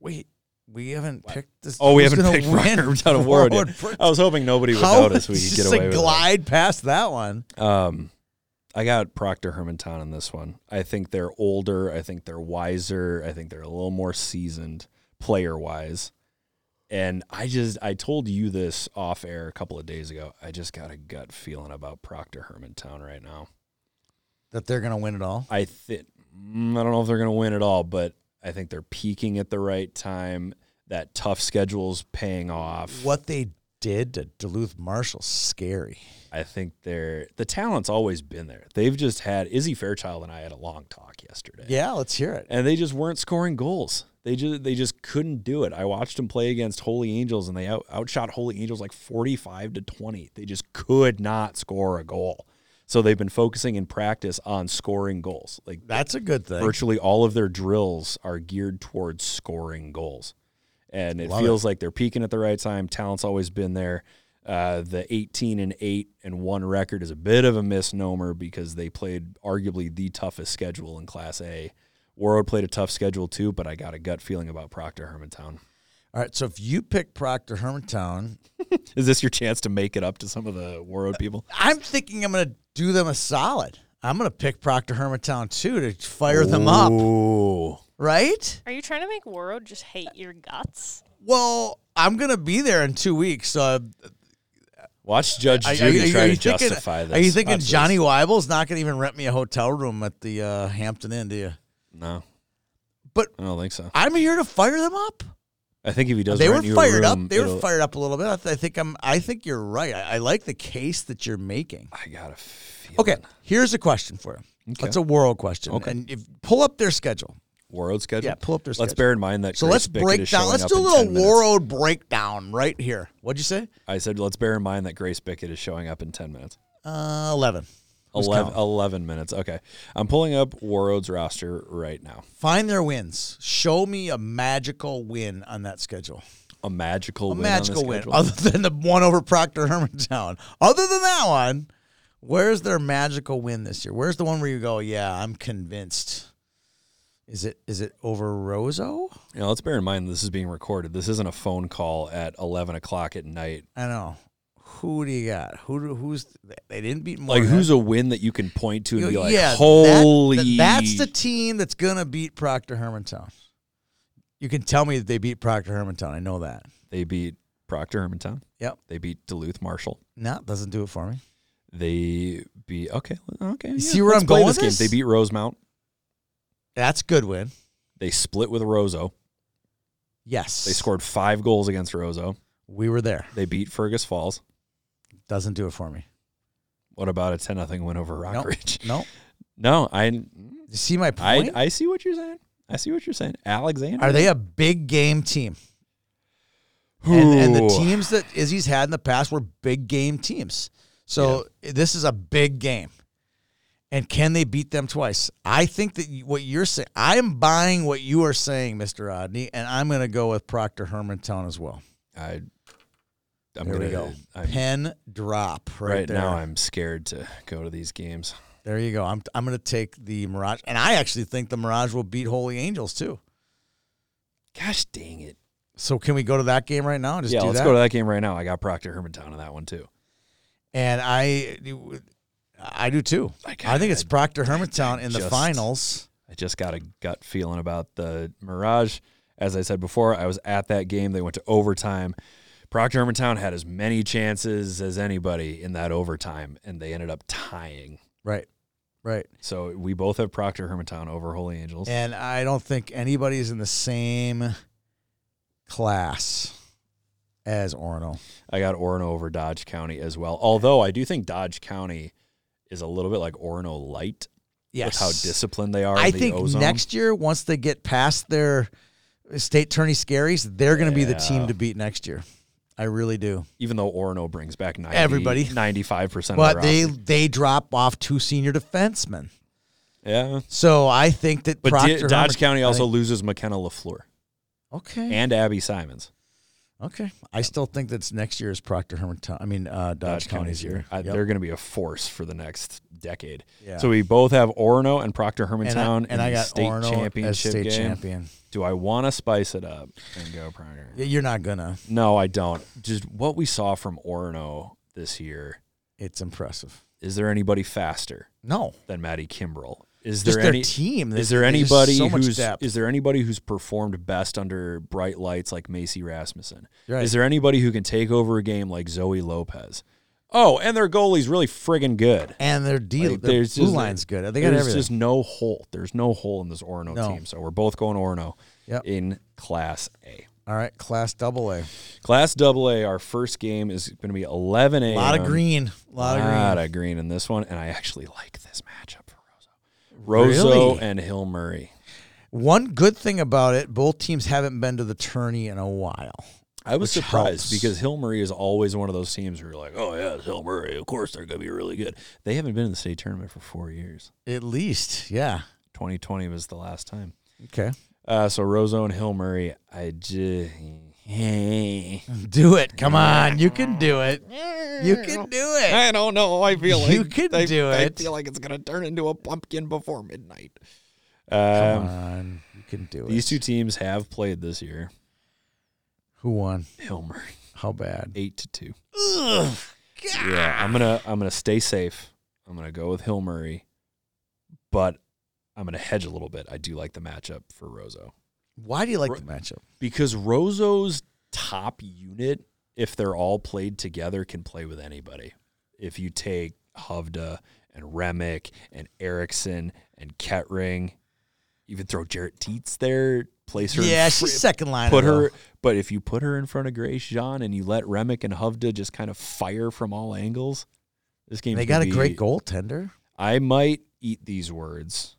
Speaker 2: Wait, we haven't picked this.
Speaker 3: oh, we
Speaker 2: who's
Speaker 3: haven't
Speaker 2: gonna
Speaker 3: picked
Speaker 2: win?
Speaker 3: Robert out of Warren
Speaker 2: Warren
Speaker 3: yet. I was hoping nobody would
Speaker 2: How
Speaker 3: notice we
Speaker 2: is
Speaker 3: could
Speaker 2: this
Speaker 3: get away
Speaker 2: a
Speaker 3: with it.
Speaker 2: glide past that one?
Speaker 3: Um, I got Proctor Hermantown in this one. I think they're older. I think they're wiser. I think they're a little more seasoned player wise. And I just I told you this off air a couple of days ago. I just got a gut feeling about Proctor Hermantown right now.
Speaker 2: That they're gonna win it all.
Speaker 3: I think I don't know if they're going to win at all, but I think they're peaking at the right time. That tough schedule's paying off.
Speaker 2: What they did to Duluth Marshall, scary.
Speaker 3: I think they're the talent's always been there. They've just had Izzy Fairchild and I had a long talk yesterday.
Speaker 2: Yeah, let's hear it.
Speaker 3: and they just weren't scoring goals. They just they just couldn't do it. I watched them play against Holy Angels, and they out, outshot Holy Angels like forty five to twenty. They just could not score a goal. So they've been focusing in practice on scoring goals. Like
Speaker 2: That's a good thing.
Speaker 3: virtually all of their drills are geared towards scoring goals, and it
Speaker 2: Love
Speaker 3: feels like they're peaking at the right time. Talent's always been there. Uh, the 18 and 8 and 1 record is a bit of a misnomer because they played arguably the toughest schedule in Class A. Warroad played a tough schedule too, but I got a gut feeling about Proctor Hermantown.
Speaker 2: All right, so if you pick Proctor Hermantown,
Speaker 3: Is this your chance to make it up to some of the Warroad people?
Speaker 2: I'm thinking I'm going to do them a solid. I'm going to pick Proctor Hermantown too to fire them up,
Speaker 3: Ooh.
Speaker 2: right?
Speaker 1: Are you trying to make World just hate your guts?
Speaker 2: Well, I'm going to be there in two weeks, so uh,
Speaker 3: Watch Judge
Speaker 2: I- I-
Speaker 3: Judy try to
Speaker 2: thinking-
Speaker 3: justify this.
Speaker 2: Are you thinking
Speaker 3: Watch this.
Speaker 2: Johnny Weibel's not going to even rent me a hotel room at the uh, Hampton Inn? Do you?
Speaker 3: No,
Speaker 2: But
Speaker 3: I don't think so.
Speaker 2: I'm here to fire them up.
Speaker 3: I think if he does,
Speaker 2: They were
Speaker 3: rent you a
Speaker 2: fired up.
Speaker 3: room,
Speaker 2: They were
Speaker 3: it'll-
Speaker 2: fired up a little bit. I, th- I think I'm. I think you're right. I, I like the case that you're making.
Speaker 3: I got a feeling.
Speaker 2: Okay, here's a question for you.
Speaker 3: Okay.
Speaker 2: It's a world question. Okay. And if pull up their schedule.
Speaker 3: Warroad schedule.
Speaker 2: Yeah, pull up their
Speaker 3: Let's
Speaker 2: schedule.
Speaker 3: bear in mind that.
Speaker 2: So
Speaker 3: Grace
Speaker 2: let's
Speaker 3: Bickett
Speaker 2: break
Speaker 3: is
Speaker 2: down.
Speaker 3: showing
Speaker 2: Let's
Speaker 3: up
Speaker 2: do a
Speaker 3: in
Speaker 2: little
Speaker 3: 10 minutes.
Speaker 2: world breakdown right here. What'd you say?
Speaker 3: I said, let's bear in mind that Grace Bickett is showing up in ten minutes.
Speaker 2: Uh, Eleven. Who's
Speaker 3: 11,
Speaker 2: counting?
Speaker 3: 11 minutes. Okay, I'm pulling up Warroad's roster right now.
Speaker 2: Find their wins. Show me a magical win on that schedule.
Speaker 3: A magical
Speaker 2: A
Speaker 3: win.
Speaker 2: magical
Speaker 3: on the
Speaker 2: win,
Speaker 3: schedule.
Speaker 2: other than the one over Proctor Hermantown. Other than that one, where's their magical win this year? Where's the one where you go, yeah, I'm convinced. Is it is it over Roso?
Speaker 3: You know, let's bear in mind this is being recorded. This isn't a phone call at eleven o'clock at night.
Speaker 2: I know. Who do you got? Who do, who's they didn't beat
Speaker 3: Like,
Speaker 2: Moorhead.
Speaker 3: who's a win that you can point to and
Speaker 2: You-
Speaker 3: be like,
Speaker 2: yeah, that-
Speaker 3: holy?
Speaker 2: that- that's the team that's gonna beat Proctor Hermantown. You can tell me that they beat Proctor Hermantown. I know that.
Speaker 3: they beat Proctor Hermantown.
Speaker 2: Yep.
Speaker 3: They beat Duluth Marshall.
Speaker 2: No, doesn't do it for me.
Speaker 3: They beat okay, okay. yeah,
Speaker 2: see where
Speaker 3: let's
Speaker 2: I'm
Speaker 3: play
Speaker 2: going
Speaker 3: This
Speaker 2: with
Speaker 3: game.
Speaker 2: this?
Speaker 3: They beat Rosemount.
Speaker 2: That's a good win.
Speaker 3: They split with Roseau.
Speaker 2: Yes.
Speaker 3: They scored five goals against Roseau.
Speaker 2: We were there.
Speaker 3: They beat Fergus Falls.
Speaker 2: Doesn't do it for me.
Speaker 3: What about a ten nothing win over Rock
Speaker 2: Nope.
Speaker 3: Ridge?
Speaker 2: No.
Speaker 3: No, I,
Speaker 2: You see my
Speaker 3: I,
Speaker 2: point?
Speaker 3: I see what you're saying. I see what you're saying. Alexander,
Speaker 2: Are they a big game team? And, and the
Speaker 3: Ooh.
Speaker 2: teams that Izzy's had in the past were big game teams. So this is a big game. And can they beat them twice? I think that you- what you're saying, I'm buying what you are saying, Mr. Odney, and I'm going to go with Proctor Hermantown as well.
Speaker 3: I, I'm
Speaker 2: There
Speaker 3: gonna
Speaker 2: we go.
Speaker 3: I'm,
Speaker 2: Pen drop right,
Speaker 3: right
Speaker 2: there.
Speaker 3: now, I'm scared to go to these games.
Speaker 2: there you go. I'm, I'm going to take the Mirage. And I actually think the Mirage will beat Holy Angels too.
Speaker 3: Gosh dang it!
Speaker 2: So can we go to that game right now and just
Speaker 3: yeah,
Speaker 2: do
Speaker 3: let's
Speaker 2: that?
Speaker 3: go to that game right now. I got Proctor Hermantown in that one too.
Speaker 2: and I, I do too.
Speaker 3: I
Speaker 2: I think it's
Speaker 3: kinda-
Speaker 2: Proctor Hermantown in the
Speaker 3: just-
Speaker 2: finals.
Speaker 3: I just got a gut feeling about the Mirage. As I said before, I was at that game. They went to overtime. Proctor Hermantown had as many chances as anybody in that overtime, and they ended up tying.
Speaker 2: Right. Right.
Speaker 3: So we both have Proctor Hermantown over Holy Angels.
Speaker 2: And I don't think anybody's in the same class as Orono.
Speaker 3: I got Orono over Dodge County as well. Although I do think Dodge County is a little bit like Orono light with how disciplined they are.
Speaker 2: I
Speaker 3: in the
Speaker 2: think
Speaker 3: ozone.
Speaker 2: next year, once they get past their state tourney scaries, they're going to be the team
Speaker 3: Yeah.
Speaker 2: to beat next year. I really do.
Speaker 3: even though Orono brings back 90,
Speaker 2: Everybody.
Speaker 3: ninety five percent.
Speaker 2: But they they drop off two senior defensemen.
Speaker 3: yeah.
Speaker 2: So I think that
Speaker 3: But
Speaker 2: Proctor
Speaker 3: D- Dodge
Speaker 2: Herman-
Speaker 3: County
Speaker 2: I
Speaker 3: also
Speaker 2: think-
Speaker 3: loses McKenna Lafleur
Speaker 2: okay
Speaker 3: and Abby Simons.
Speaker 2: okay. I still think that's next year's Proctor Hermantown. I mean uh, Dodge, County's, year.
Speaker 3: I,
Speaker 2: Yep.
Speaker 3: They're going to be a force for the next decade.
Speaker 2: Yeah.
Speaker 3: So we both have Orono and Proctor
Speaker 2: and I,
Speaker 3: Hermantown
Speaker 2: and
Speaker 3: in
Speaker 2: I
Speaker 3: the
Speaker 2: got
Speaker 3: state
Speaker 2: Orono
Speaker 3: championship
Speaker 2: as state
Speaker 3: game.
Speaker 2: champion.
Speaker 3: Do I want to spice it up and go Proctor?
Speaker 2: Y- You're not gonna.
Speaker 3: No, I don't. Just what we saw from Orono this year.
Speaker 2: It's impressive.
Speaker 3: Is there anybody faster
Speaker 2: No,
Speaker 3: than Maddie Kimbrell? Is
Speaker 2: just
Speaker 3: there
Speaker 2: their
Speaker 3: any
Speaker 2: team.
Speaker 3: Is
Speaker 2: They-
Speaker 3: there
Speaker 2: they just
Speaker 3: anybody
Speaker 2: so much
Speaker 3: who's
Speaker 2: depth.
Speaker 3: is there anybody who's performed best under bright lights like Macy Rasmussen?
Speaker 2: Right.
Speaker 3: Is there anybody who can take over a game like Zoe Lopez? Oh, and their goalie's really friggin' good.
Speaker 2: and their deal, their
Speaker 3: Like,
Speaker 2: blue
Speaker 3: there's just-
Speaker 2: line's good. They got
Speaker 3: There's
Speaker 2: everything.
Speaker 3: just no hole. There's no hole in this Orono
Speaker 2: No.
Speaker 3: team. So we're both going Orono
Speaker 2: Yep.
Speaker 3: in Class A.
Speaker 2: All right, Class Double A.
Speaker 3: Class AA, our first game is going to be 11 a.m.
Speaker 2: A lot of green. A lot of green.
Speaker 3: lot of green in this one, and I actually like this matchup for Rozo. Rozo
Speaker 2: Really?
Speaker 3: and Hill Murray.
Speaker 2: One good thing about it, both teams haven't been to the tourney in a while.
Speaker 3: I was
Speaker 2: which helps.
Speaker 3: surprised because Hill Murray is always one of those teams where you're like, oh, yeah, it's Hill Murray. Of course they're going to be really good. They haven't been in the state tournament for four years.
Speaker 2: At least, yeah.
Speaker 3: 2020 was the last time.
Speaker 2: Okay.
Speaker 3: Uh, so Rozo and Hill Murray, I just.
Speaker 2: Do it. Come on. You can do it. You can do it.
Speaker 3: don't know. I feel
Speaker 2: You can do it.
Speaker 3: like it's going to turn into a pumpkin before midnight.
Speaker 2: Come
Speaker 3: Um,
Speaker 2: on. You can do
Speaker 3: these two
Speaker 2: it.
Speaker 3: teams have played this year.
Speaker 2: Who won?
Speaker 3: Hill Murray,
Speaker 2: How bad?
Speaker 3: eight to two.
Speaker 2: Ugh.
Speaker 3: Yeah, I'm gonna I'm gonna stay safe. I'm gonna go with Hill Murray, but I'm gonna hedge a little bit. I do like the matchup for Rozo
Speaker 2: Why do you like the matchup?
Speaker 3: because Rozo's top unit, if they're all played together, can play with anybody. If you take Hovda and Remick and Erickson and Kettering, even throw Jarrett Teets there, place her. in
Speaker 2: Yeah,
Speaker 3: fr-
Speaker 2: she's second line.
Speaker 3: Put
Speaker 2: though.
Speaker 3: her, but if you put her in front of Grace Jean and you let Remick and Hovda just kind of fire from all angles, this game.
Speaker 2: They got a great goaltender.
Speaker 3: I might eat these words,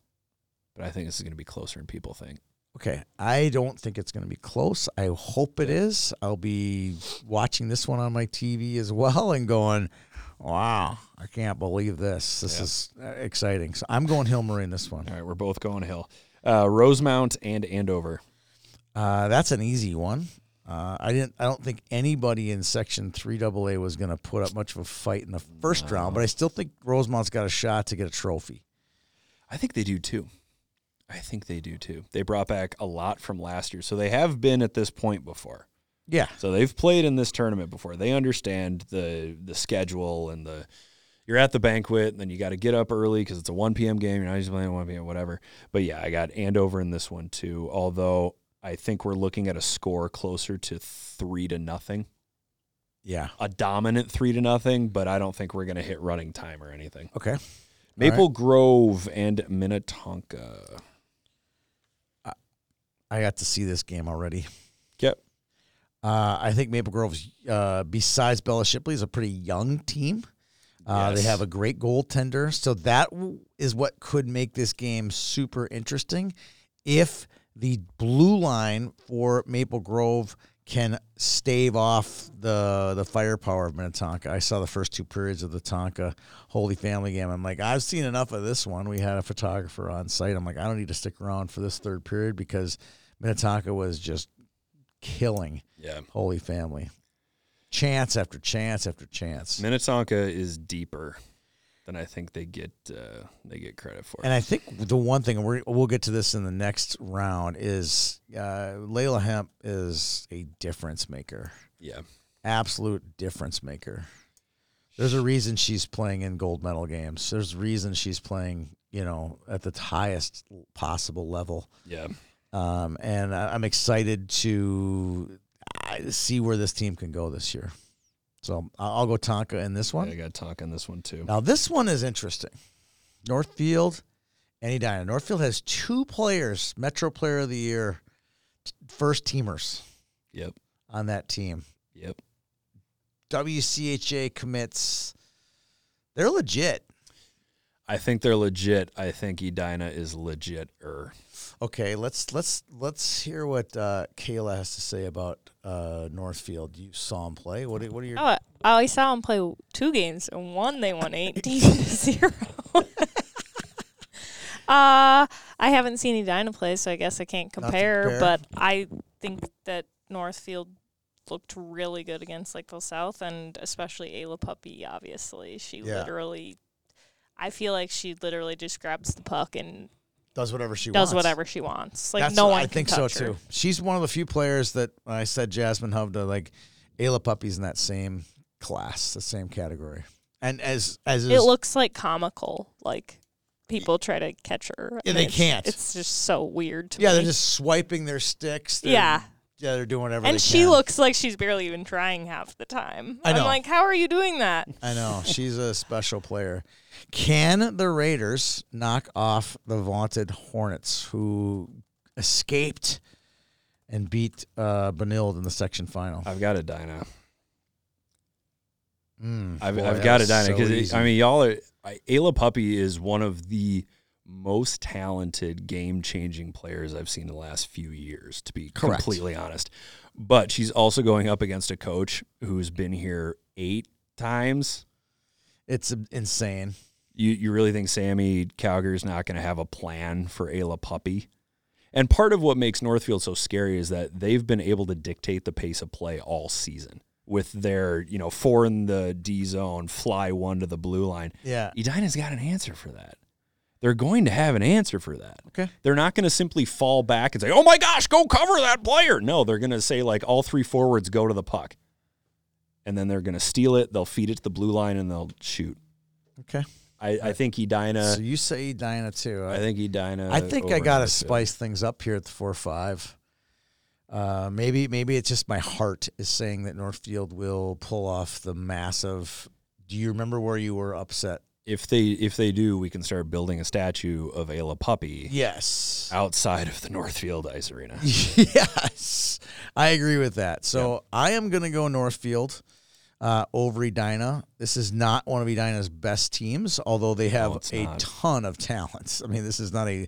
Speaker 3: but I think this is going to be closer than people think.
Speaker 2: Okay, I don't think it's going to be close. I hope it is. I'll be watching this one on my TV as well and going, "Wow, I can't believe this. This
Speaker 3: Yeah.
Speaker 2: is uh, exciting." So I'm going Hill Murray in this one.
Speaker 3: All right, we're both going Hill, uh, Rosemount and Andover.
Speaker 2: Uh, that's an easy one. Uh, I didn't. I don't think anybody in Section Three AA was going to put up much of a fight in the first round, but I still think Rosemont's got a shot to get a trophy.
Speaker 3: I think they do too. I think they do too. They brought back a lot from last year, so they have been at this point before.
Speaker 2: Yeah,
Speaker 3: So they've played in this tournament before. They understand the the schedule and the you're at the banquet and then you got to get up early because it's a 1 p.m. game. You're not just playing at 1 p.m. whatever. But yeah, I got Andover in this one too. Although I think we're looking at a score closer to three to nothing,
Speaker 2: yeah.
Speaker 3: a dominant three to nothing. But I don't think we're gonna hit running time or anything.
Speaker 2: Okay. right.
Speaker 3: Maple Grove and Minnetonka.
Speaker 2: I got to see this game already.
Speaker 3: Yep.
Speaker 2: Uh, I think Maple Grove's, uh, besides Bella Shipley, is a pretty young team. Uh, They
Speaker 3: Yes.
Speaker 2: have a great goaltender, so that w- is what could make this game super interesting. If the blue line for Maple Grove can stave off the the firepower of Minnetonka, I saw the first two periods of the Tonka Holy Family game. I'm like, I've seen enough of this one. We had a photographer on site. I'm like, I don't need to stick around for this third period because Minnetonka was just killing
Speaker 3: Yeah.
Speaker 2: Holy Family. Chance after chance after chance.
Speaker 3: Minnetonka is deeper than I think they get uh, they get credit for.
Speaker 2: And I think the one thing and we're, we'll get to this in the next round is uh, Layla Hemp is a difference maker,
Speaker 3: yeah.
Speaker 2: absolute difference maker. There's a reason she's playing in gold medal games. There's a reason she's playing, you know, at the highest possible level.
Speaker 3: Yeah.
Speaker 2: Um, and I, I'm excited to uh, see where this team can go this year. So I'll, I'll go Tonka in this one.
Speaker 3: I got Tonka in this one too.
Speaker 2: Now this one is interesting Northfield, and he died. Northfield has two players, Metro Player of the Year, t- first teamers
Speaker 3: Yep.
Speaker 2: on that team.
Speaker 3: Yep.
Speaker 2: WCHA commits. They're legit.
Speaker 3: I think they're legit. I think Edina is legit. Er.
Speaker 2: Okay, let's let's let's hear what uh, Kayla has to say about uh, Northfield. You saw him play. What are, what are your
Speaker 1: Oh, I saw them play two games, and one they won 18 to 0. uh, I haven't seen Edina play, so I guess I can't compare,
Speaker 2: compare.
Speaker 1: but I think that Northfield looked really good against Lakeville South, and especially Ayla Puppy, obviously. She
Speaker 2: Yeah.
Speaker 1: literally, I feel like she literally just grabs the puck and
Speaker 2: does whatever she wants.
Speaker 1: does whatever she wants. Like, no
Speaker 2: what-
Speaker 1: one
Speaker 2: I
Speaker 1: can
Speaker 2: think so
Speaker 1: touch her.
Speaker 2: too. She's one of the few players that when I said Jasmine Hovda, like Ayla Puppy's in that same class, the same category. And as as
Speaker 1: It
Speaker 2: is-
Speaker 1: looks like comical. Like people try to catch her.
Speaker 2: Yeah,
Speaker 1: and
Speaker 2: they
Speaker 1: it's-
Speaker 2: can't.
Speaker 1: It's just so weird to
Speaker 2: yeah,
Speaker 1: me.
Speaker 2: they're just swiping their sticks. They're-
Speaker 1: Yeah.
Speaker 2: yeah, they're doing whatever.
Speaker 1: and
Speaker 2: they
Speaker 1: she
Speaker 2: can.
Speaker 1: looks like she's barely even trying half the time.
Speaker 2: I know.
Speaker 1: am like, how are you doing that?
Speaker 2: I know she's a special player. Can the Raiders knock off the vaunted Hornets, who escaped and beat uh, Benilde in the section final?
Speaker 3: I've got Edina.
Speaker 2: Mm,
Speaker 3: I've,
Speaker 2: boy,
Speaker 3: I've
Speaker 2: that
Speaker 3: got
Speaker 2: was
Speaker 3: Edina
Speaker 2: so
Speaker 3: because
Speaker 2: easy.
Speaker 3: I mean y'all are. I, Ayla Puppy is one of the most talented game changing players I've seen in the last few years. To be
Speaker 2: Correct.
Speaker 3: completely honest, but she's also going up against a coach who's been here eight times.
Speaker 2: it's insane.
Speaker 3: you you really think Sammy Cowger's not going to have a plan for Ayla Puppy? And part of what makes Northfield so scary is that they've been able to dictate the pace of play all season with their, you know, four in the D zone, fly one to the blue line.
Speaker 2: Yeah.
Speaker 3: Edina's got an answer for that. They're going to have an answer for that.
Speaker 2: Okay.
Speaker 3: They're not going to simply fall back and say, "Oh my gosh, go cover that player." No, they're going to say like all three forwards go to the puck. And then they're going to steal it, they'll feed it to the blue line and they'll shoot.
Speaker 2: Okay.
Speaker 3: I, I think Edina.
Speaker 2: so you say Edina too.
Speaker 3: I think Edina.
Speaker 2: I think I
Speaker 3: over
Speaker 2: gotta
Speaker 3: Northfield.
Speaker 2: spice things up here at the four five. Uh, maybe maybe it's just my heart is saying that Northfield will pull off the massive. Do you remember where you were upset?
Speaker 3: If they if they do, we can start building a statue of Ayla Puppy
Speaker 2: Yes.
Speaker 3: outside of the Northfield Ice Arena.
Speaker 2: yes, I agree with that. So I am going to go Northfield uh, over Edina. This is not one of Edina's best teams, although they have
Speaker 3: it's
Speaker 2: a
Speaker 3: not.
Speaker 2: ton of talents. I mean, this is not a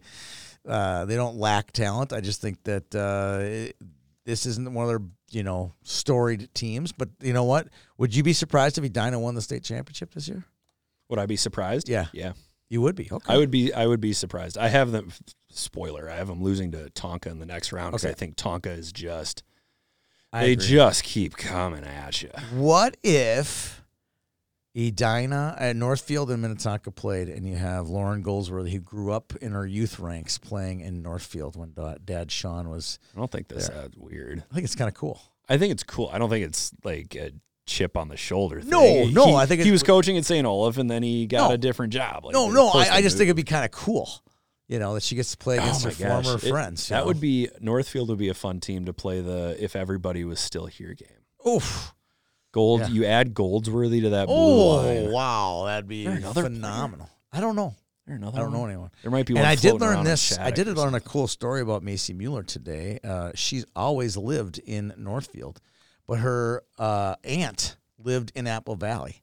Speaker 2: uh, they don't lack talent. I just think that uh, it- this isn't one of their you know storied teams. But you know what? Would you be surprised if Edina won the state championship this year?
Speaker 3: Would I be surprised?
Speaker 2: Yeah.
Speaker 3: yeah.
Speaker 2: You would be. Okay.
Speaker 3: I would be. I would be surprised. I have them. Spoiler: I have them losing to Tonka in the next round because
Speaker 2: Okay.
Speaker 3: I think Tonka is just.
Speaker 2: I
Speaker 3: they
Speaker 2: agree.
Speaker 3: just keep coming at you.
Speaker 2: What if Edina at Northfield and Minnetonka played, and you have Lauren Goldsworthy, who grew up in her youth ranks playing in Northfield when da- Dad Sean was.
Speaker 3: I don't think that's
Speaker 2: There.
Speaker 3: that weird.
Speaker 2: I think it's kind of cool.
Speaker 3: I think it's cool. I don't think it's like a chip on the shoulder. Thing.
Speaker 2: No, no, I think
Speaker 3: he
Speaker 2: it-
Speaker 3: was coaching at St. Olaf, and then he got
Speaker 2: No.
Speaker 3: a different job. Like,
Speaker 2: no,
Speaker 3: of
Speaker 2: no,
Speaker 3: course
Speaker 2: I, I
Speaker 3: they
Speaker 2: just
Speaker 3: moved. Oh
Speaker 2: think it'd be kind of cool. You know that she gets to play against her
Speaker 3: gosh.
Speaker 2: former
Speaker 3: It-
Speaker 2: friends. you
Speaker 3: That
Speaker 2: know?
Speaker 3: would be Northfield would be a fun team to play the if everybody was still here game.
Speaker 2: Oof.
Speaker 3: Gold,
Speaker 2: Yeah.
Speaker 3: you add Goldsworthy to that blue
Speaker 2: Oh
Speaker 3: line.
Speaker 2: wow, that'd be
Speaker 3: There another
Speaker 2: phenomenal. I don't know.
Speaker 3: There another
Speaker 2: I don't know
Speaker 3: one?
Speaker 2: anyone.
Speaker 3: There might be
Speaker 2: and
Speaker 3: one.
Speaker 2: I did
Speaker 3: floating
Speaker 2: learn
Speaker 3: around in
Speaker 2: this. I
Speaker 3: Shattuck
Speaker 2: did
Speaker 3: or
Speaker 2: learn a
Speaker 3: something.
Speaker 2: cool story about Macy Mueller today. Uh, she's always lived in Northfield, but her uh, aunt lived in Apple Valley,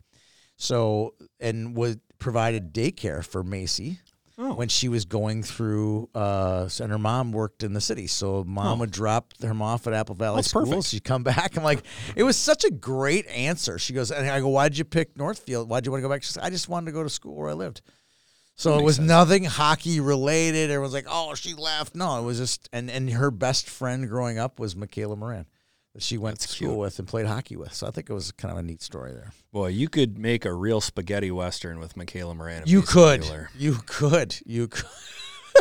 Speaker 2: so and was provided daycare for Macy
Speaker 3: Oh.
Speaker 2: when she was going through. Uh, s- and her mom worked in the city, so mom
Speaker 3: Oh.
Speaker 2: would drop her off at Apple Valley
Speaker 3: That's
Speaker 2: School.
Speaker 3: perfect.
Speaker 2: She'd come back. I'm like, it was such a great answer. She goes, and I go, why'd you pick Northfield? Why'd you want to go back? She said, I just wanted to go to school where I lived. So it was nothing hockey related. Everyone's like, "Oh, she left." No, it was just and and her best friend growing up was Michaela Moran, that she went to
Speaker 3: That's
Speaker 2: school
Speaker 3: cute.
Speaker 2: with and played hockey with. So I think it was kind of a neat story there.
Speaker 3: Boy, you could make a real spaghetti western with Michaela Moran. and
Speaker 2: You
Speaker 3: Mason
Speaker 2: could,
Speaker 3: Mueller.
Speaker 2: you could, you could,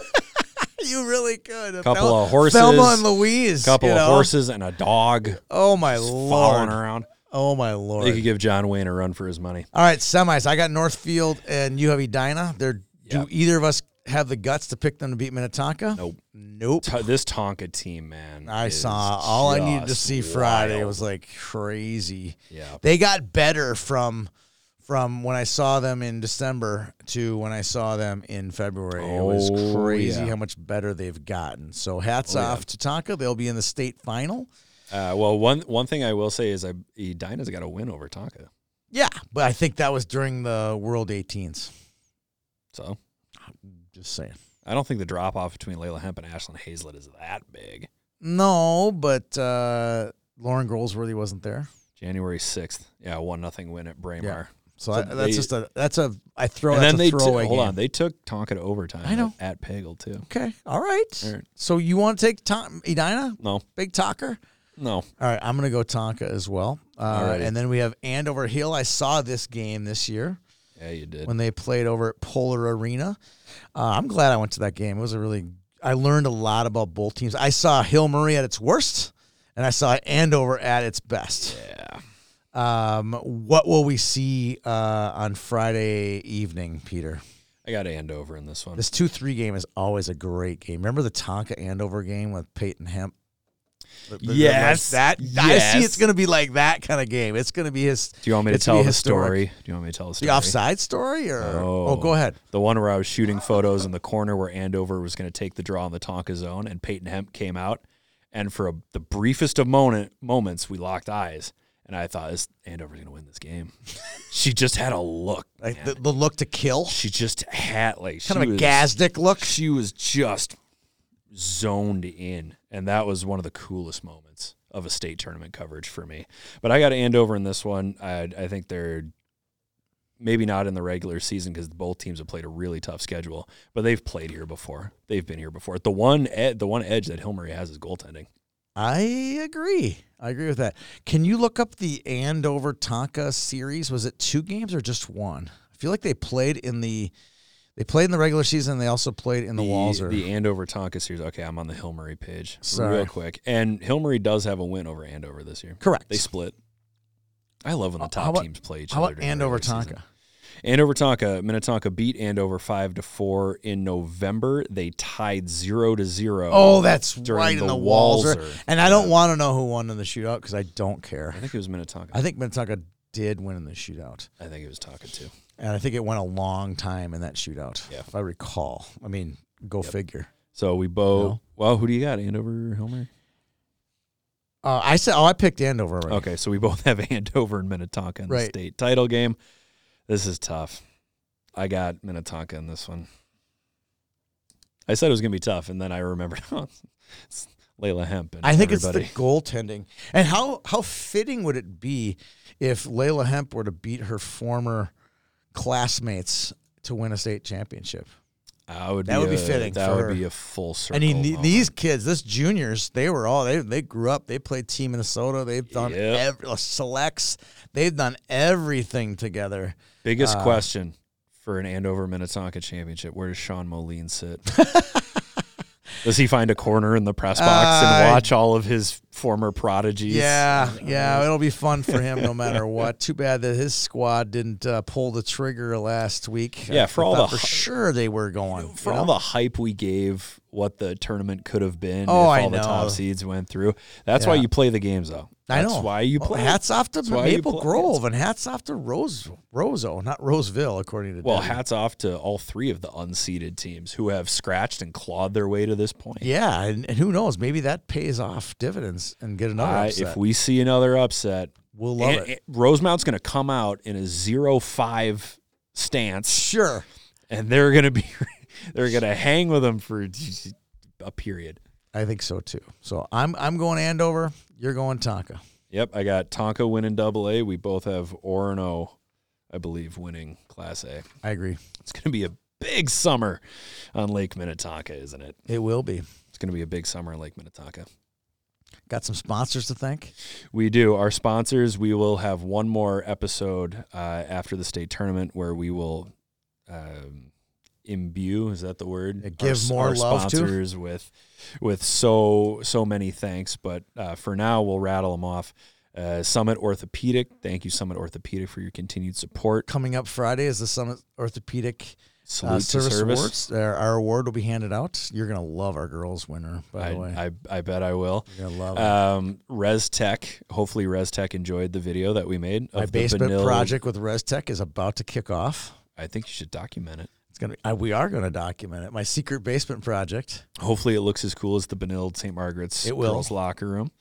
Speaker 2: you really could. A
Speaker 3: Couple
Speaker 2: Thel-
Speaker 3: of horses,
Speaker 2: Thelma and Louise,
Speaker 3: Couple
Speaker 2: you
Speaker 3: of
Speaker 2: know?
Speaker 3: horses and a dog
Speaker 2: Oh my
Speaker 3: following
Speaker 2: lord!
Speaker 3: around.
Speaker 2: Oh my lord!
Speaker 3: They could give John Wayne a run for his money.
Speaker 2: All right, semis. I got Northfield and you have Edina. They're,
Speaker 3: Yeah.
Speaker 2: Do either of us have the guts to pick them to beat Minnetonka?
Speaker 3: Nope.
Speaker 2: Nope.
Speaker 3: To- this Tonka team, man.
Speaker 2: I
Speaker 3: is
Speaker 2: saw all I needed to
Speaker 3: just
Speaker 2: see Friday
Speaker 3: wild.
Speaker 2: was like crazy.
Speaker 3: yeah.
Speaker 2: They got better from from when I saw them in December to when I saw them in February. it was
Speaker 3: Oh,
Speaker 2: crazy
Speaker 3: yeah. Oh,
Speaker 2: how much better they've gotten. So hats off to Tonka. They'll be in the state final.
Speaker 3: Uh, well, one one thing I will say is I Dinah's got a win over Tonka.
Speaker 2: Yeah, but I think that was during the World 18s.
Speaker 3: So
Speaker 2: Just saying.
Speaker 3: I don't think the drop off between Layla Hemp and Ashlyn Hazlett is that big.
Speaker 2: No, but uh, Lauren Goldsworthy wasn't there.
Speaker 3: January sixth, yeah, one nothing win at Braemar.
Speaker 2: Yeah. So,
Speaker 3: So
Speaker 2: that- that's
Speaker 3: they-
Speaker 2: just a that's a I throw
Speaker 3: and
Speaker 2: that's
Speaker 3: then
Speaker 2: a
Speaker 3: they took
Speaker 2: throwaway
Speaker 3: hold
Speaker 2: game.
Speaker 3: on, they took Tonka to overtime.
Speaker 2: I know.
Speaker 3: at, at Pagel too.
Speaker 2: Okay. All right.
Speaker 3: All right.
Speaker 2: So you want to take Tom Edina,
Speaker 3: No,
Speaker 2: big talker?
Speaker 3: no,
Speaker 2: All right, I'm gonna go Tonka as well.
Speaker 3: All
Speaker 2: Uh,
Speaker 3: righty.
Speaker 2: and then we have Andover Hill. I saw this game this year
Speaker 3: yeah, you did.
Speaker 2: when they played over at Polar Arena. Uh, I'm glad I went to that game. It was a really I learned a lot about both teams. I saw Hill Murray at its worst, and I saw Andover at its best.
Speaker 3: yeah,
Speaker 2: Um, what will we see uh, on Friday evening, Peter?
Speaker 3: I got Andover in this one.
Speaker 2: This two three game is always a great game. Remember the Tonka Andover game with Peyton Hemp? The- the- the-
Speaker 3: Yes,
Speaker 2: that I see.
Speaker 3: yes.
Speaker 2: It's going to be like that kind of game. It's going to be his
Speaker 3: Do you want me to
Speaker 2: it's gonna
Speaker 3: tell
Speaker 2: be
Speaker 3: the
Speaker 2: historic.
Speaker 3: story? Do you want me to tell the
Speaker 2: the
Speaker 3: story?
Speaker 2: offside story, or oh,
Speaker 3: Oh.
Speaker 2: go ahead.
Speaker 3: The one where I was shooting photos in the corner where Andover was going to take the draw in the Tonka zone, and Peyton Hemp came out, and for a, the briefest of moment, moments, we locked eyes, and I thought, "This Andover's going to win this game." she just had a look.
Speaker 2: Like
Speaker 3: man.
Speaker 2: the, the look to kill,
Speaker 3: she just had
Speaker 2: kind
Speaker 3: like she
Speaker 2: of a
Speaker 3: was-
Speaker 2: Gazdick look.
Speaker 3: She was just zoned in, and that was one of the coolest moments of a state tournament coverage for me. But I got Andover in this one. I, I think they're maybe not in the regular season because both teams have played a really tough schedule, but they've played here before. They've been here before. The one ed, the one edge that Hillary has is goaltending.
Speaker 2: I agree. I agree with that. Can you look up the Andover Tonka series? Was it two games or just one? I feel like they played in the they played in the regular season. and They also played in the, Walzer.
Speaker 3: the Andover Tonka series. Okay, I'm on the Hillary page
Speaker 2: Sorry.
Speaker 3: real quick, and Hillary does have a win over Andover this year.
Speaker 2: Correct.
Speaker 3: They split. I love when the
Speaker 2: Uh,
Speaker 3: top
Speaker 2: how about-
Speaker 3: teams play each
Speaker 2: How
Speaker 3: other.
Speaker 2: about
Speaker 3: during the
Speaker 2: Andover
Speaker 3: regular season.
Speaker 2: Tonka?
Speaker 3: Andover Tonka, Minnetonka beat Andover five to four in November. They tied zero to zero.
Speaker 2: Oh, that's
Speaker 3: during
Speaker 2: right in
Speaker 3: the
Speaker 2: the walls.
Speaker 3: Walzer.
Speaker 2: And I don't want to know who won in the shootout because I don't care.
Speaker 3: I think it was Minnetonka.
Speaker 2: I think Minnetonka did win in the shootout,
Speaker 3: I think it was Tonka too.
Speaker 2: and I think it went a long time in that shootout,
Speaker 3: Yeah.
Speaker 2: if I recall. I mean, go figure.
Speaker 3: So we both. Well, who do you got? Andover, Homer.
Speaker 2: Uh, I said, oh, I picked Andover. Already.
Speaker 3: Okay, so we both have Andover and Minnetonka in the
Speaker 2: Right.
Speaker 3: state title game. This is tough. I got Minnetonka in this one. I said it was going to be tough, and then I remembered oh, it's Layla Hemp. And
Speaker 2: I think
Speaker 3: everybody.
Speaker 2: it's the goaltending. And how how fitting would it be if Layla Hemp were to beat her former classmates to win a state championship?
Speaker 3: I would
Speaker 2: that would be
Speaker 3: a-
Speaker 2: fitting
Speaker 3: That
Speaker 2: for
Speaker 3: would
Speaker 2: her.
Speaker 3: be a full circle.
Speaker 2: I mean, the-
Speaker 3: moment.
Speaker 2: these kids, this juniors, they were all they they grew up. They played Team Minnesota. They've done
Speaker 3: Yep.
Speaker 2: every uh, selects. They've done everything together.
Speaker 3: Biggest
Speaker 2: Uh,
Speaker 3: question for an Andover Minnetonka championship: Where does Sean Moline sit? does he find a corner in the press box
Speaker 2: Uh,
Speaker 3: and watch all of his former prodigies?
Speaker 2: yeah, yeah, it'll be fun for him no matter what. Too bad that his squad didn't uh, pull the trigger last week.
Speaker 3: Yeah,
Speaker 2: I
Speaker 3: for all
Speaker 2: thought
Speaker 3: the
Speaker 2: for
Speaker 3: hu-
Speaker 2: sure they were going
Speaker 3: For
Speaker 2: you
Speaker 3: all
Speaker 2: know?
Speaker 3: the hype we gave, what the tournament could have been
Speaker 2: Oh,
Speaker 3: if
Speaker 2: I
Speaker 3: all the top
Speaker 2: know.
Speaker 3: seeds went through. That's why
Speaker 2: Yeah.
Speaker 3: you play the games, though.
Speaker 2: I
Speaker 3: That's
Speaker 2: know
Speaker 3: why you
Speaker 2: Well,
Speaker 3: play.
Speaker 2: hats off to
Speaker 3: why you
Speaker 2: Maple
Speaker 3: play.
Speaker 2: Grove and hats off to Rose Roseau, not Roseville, according to
Speaker 3: well,
Speaker 2: Debbie.
Speaker 3: hats off to all three of the unseeded teams who have scratched and clawed their way to this point.
Speaker 2: Yeah, and, and who knows? Maybe that pays off dividends and get another.
Speaker 3: I-
Speaker 2: upset.
Speaker 3: if we see another upset,
Speaker 2: We'll love
Speaker 3: and-
Speaker 2: it.
Speaker 3: and Rosemount's going to come out in a zero-five stance,
Speaker 2: Sure.
Speaker 3: and they're going to be they're going to hang with them for a period.
Speaker 2: I think so too. So I'm I'm going Andover. You're going Tonka.
Speaker 3: Yep, I got Tonka winning Double A. We both have Orono, I believe, winning Class A.
Speaker 2: I agree.
Speaker 3: It's going to be a big summer on Lake Minnetonka, isn't it?
Speaker 2: It will be.
Speaker 3: It's going to be a big summer on Lake Minnetonka.
Speaker 2: Got some sponsors to thank.
Speaker 3: We do. Our sponsors, we will have one more episode uh, after the state tournament where we will um, imbue, is that the word?
Speaker 2: Uh, give
Speaker 3: s-
Speaker 2: more love to?
Speaker 3: sponsors with with so so many thanks, but uh, for now we'll rattle them off. Uh, Summit
Speaker 2: Uh,
Speaker 3: Orthopedic, thank you Summit Orthopedic for your continued support.
Speaker 2: Coming up Friday is the Summit Orthopedic
Speaker 3: Salute
Speaker 2: Uh,
Speaker 3: to
Speaker 2: service,
Speaker 3: service.
Speaker 2: awards. Our, our award will be handed out. You're gonna love our girls winner. By the way,
Speaker 3: I, I, I bet I will.
Speaker 2: you're gonna love it.
Speaker 3: Um, Res Tech. Hopefully, Res Tech enjoyed the video that we made. Of
Speaker 2: My
Speaker 3: the
Speaker 2: basement
Speaker 3: vanilla-
Speaker 2: project with ResTech is about to kick off.
Speaker 3: I think you should document it.
Speaker 2: It's gonna. Be, I, we are gonna document it. My secret basement project.
Speaker 3: Hopefully, it looks as cool as the Benilde St. Margaret's
Speaker 2: It will.
Speaker 3: girls locker room.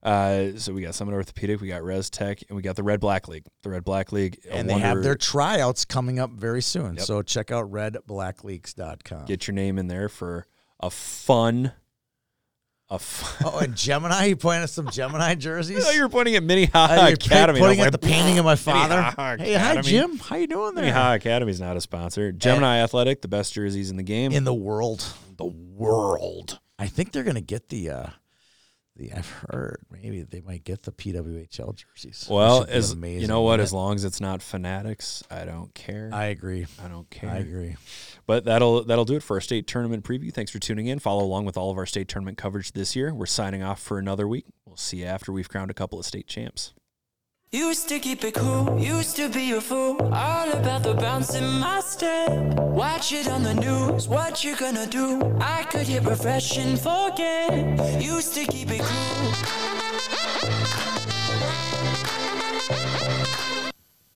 Speaker 3: Uh, so we got Summit Orthopedic, we got Res Tech, and we got the Red Black League. The Red Black League, a
Speaker 2: and they have
Speaker 3: wonder-
Speaker 2: their tryouts coming up very soon.
Speaker 3: Yep.
Speaker 2: So check out redblackleaks.com.
Speaker 3: get your name in there for a fun, a fun.
Speaker 2: oh, and Gemini, you pointing at some Gemini
Speaker 3: I
Speaker 2: jerseys?
Speaker 3: thought you were pointing at Minnehaha
Speaker 2: Uh, you're pic-
Speaker 3: Academy.
Speaker 2: pointing
Speaker 3: I
Speaker 2: at
Speaker 3: was
Speaker 2: the
Speaker 3: like,
Speaker 2: painting of my father.
Speaker 3: Minnehaha
Speaker 2: Hey, hi
Speaker 3: Academy.
Speaker 2: Jim. How you doing there?
Speaker 3: Minnehaha Academy's not a sponsor. Gemini Athletic, the best jerseys in the game.
Speaker 2: In the world,
Speaker 3: the world.
Speaker 2: I think they're gonna get the. uh the I've heard maybe they might get the PWHL jerseys. which
Speaker 3: Well,
Speaker 2: would be
Speaker 3: as
Speaker 2: amazing,
Speaker 3: you know, what
Speaker 2: wouldn't
Speaker 3: as long as it's not Fanatics, I don't care.
Speaker 2: it?
Speaker 3: I,
Speaker 2: I agree.
Speaker 3: don't care.
Speaker 2: I agree.
Speaker 3: But that'll that'll do it for our state tournament preview. Thanks for tuning in. Follow along with all of our state tournament coverage this year. We're signing off for another week. We'll see you after we've crowned a couple of state champs.
Speaker 5: Used to keep it cool, used to be a fool. All about the bounce in my step. Watch it on the news, what you gonna do? I could hit refresh and forget. Used to keep it cool.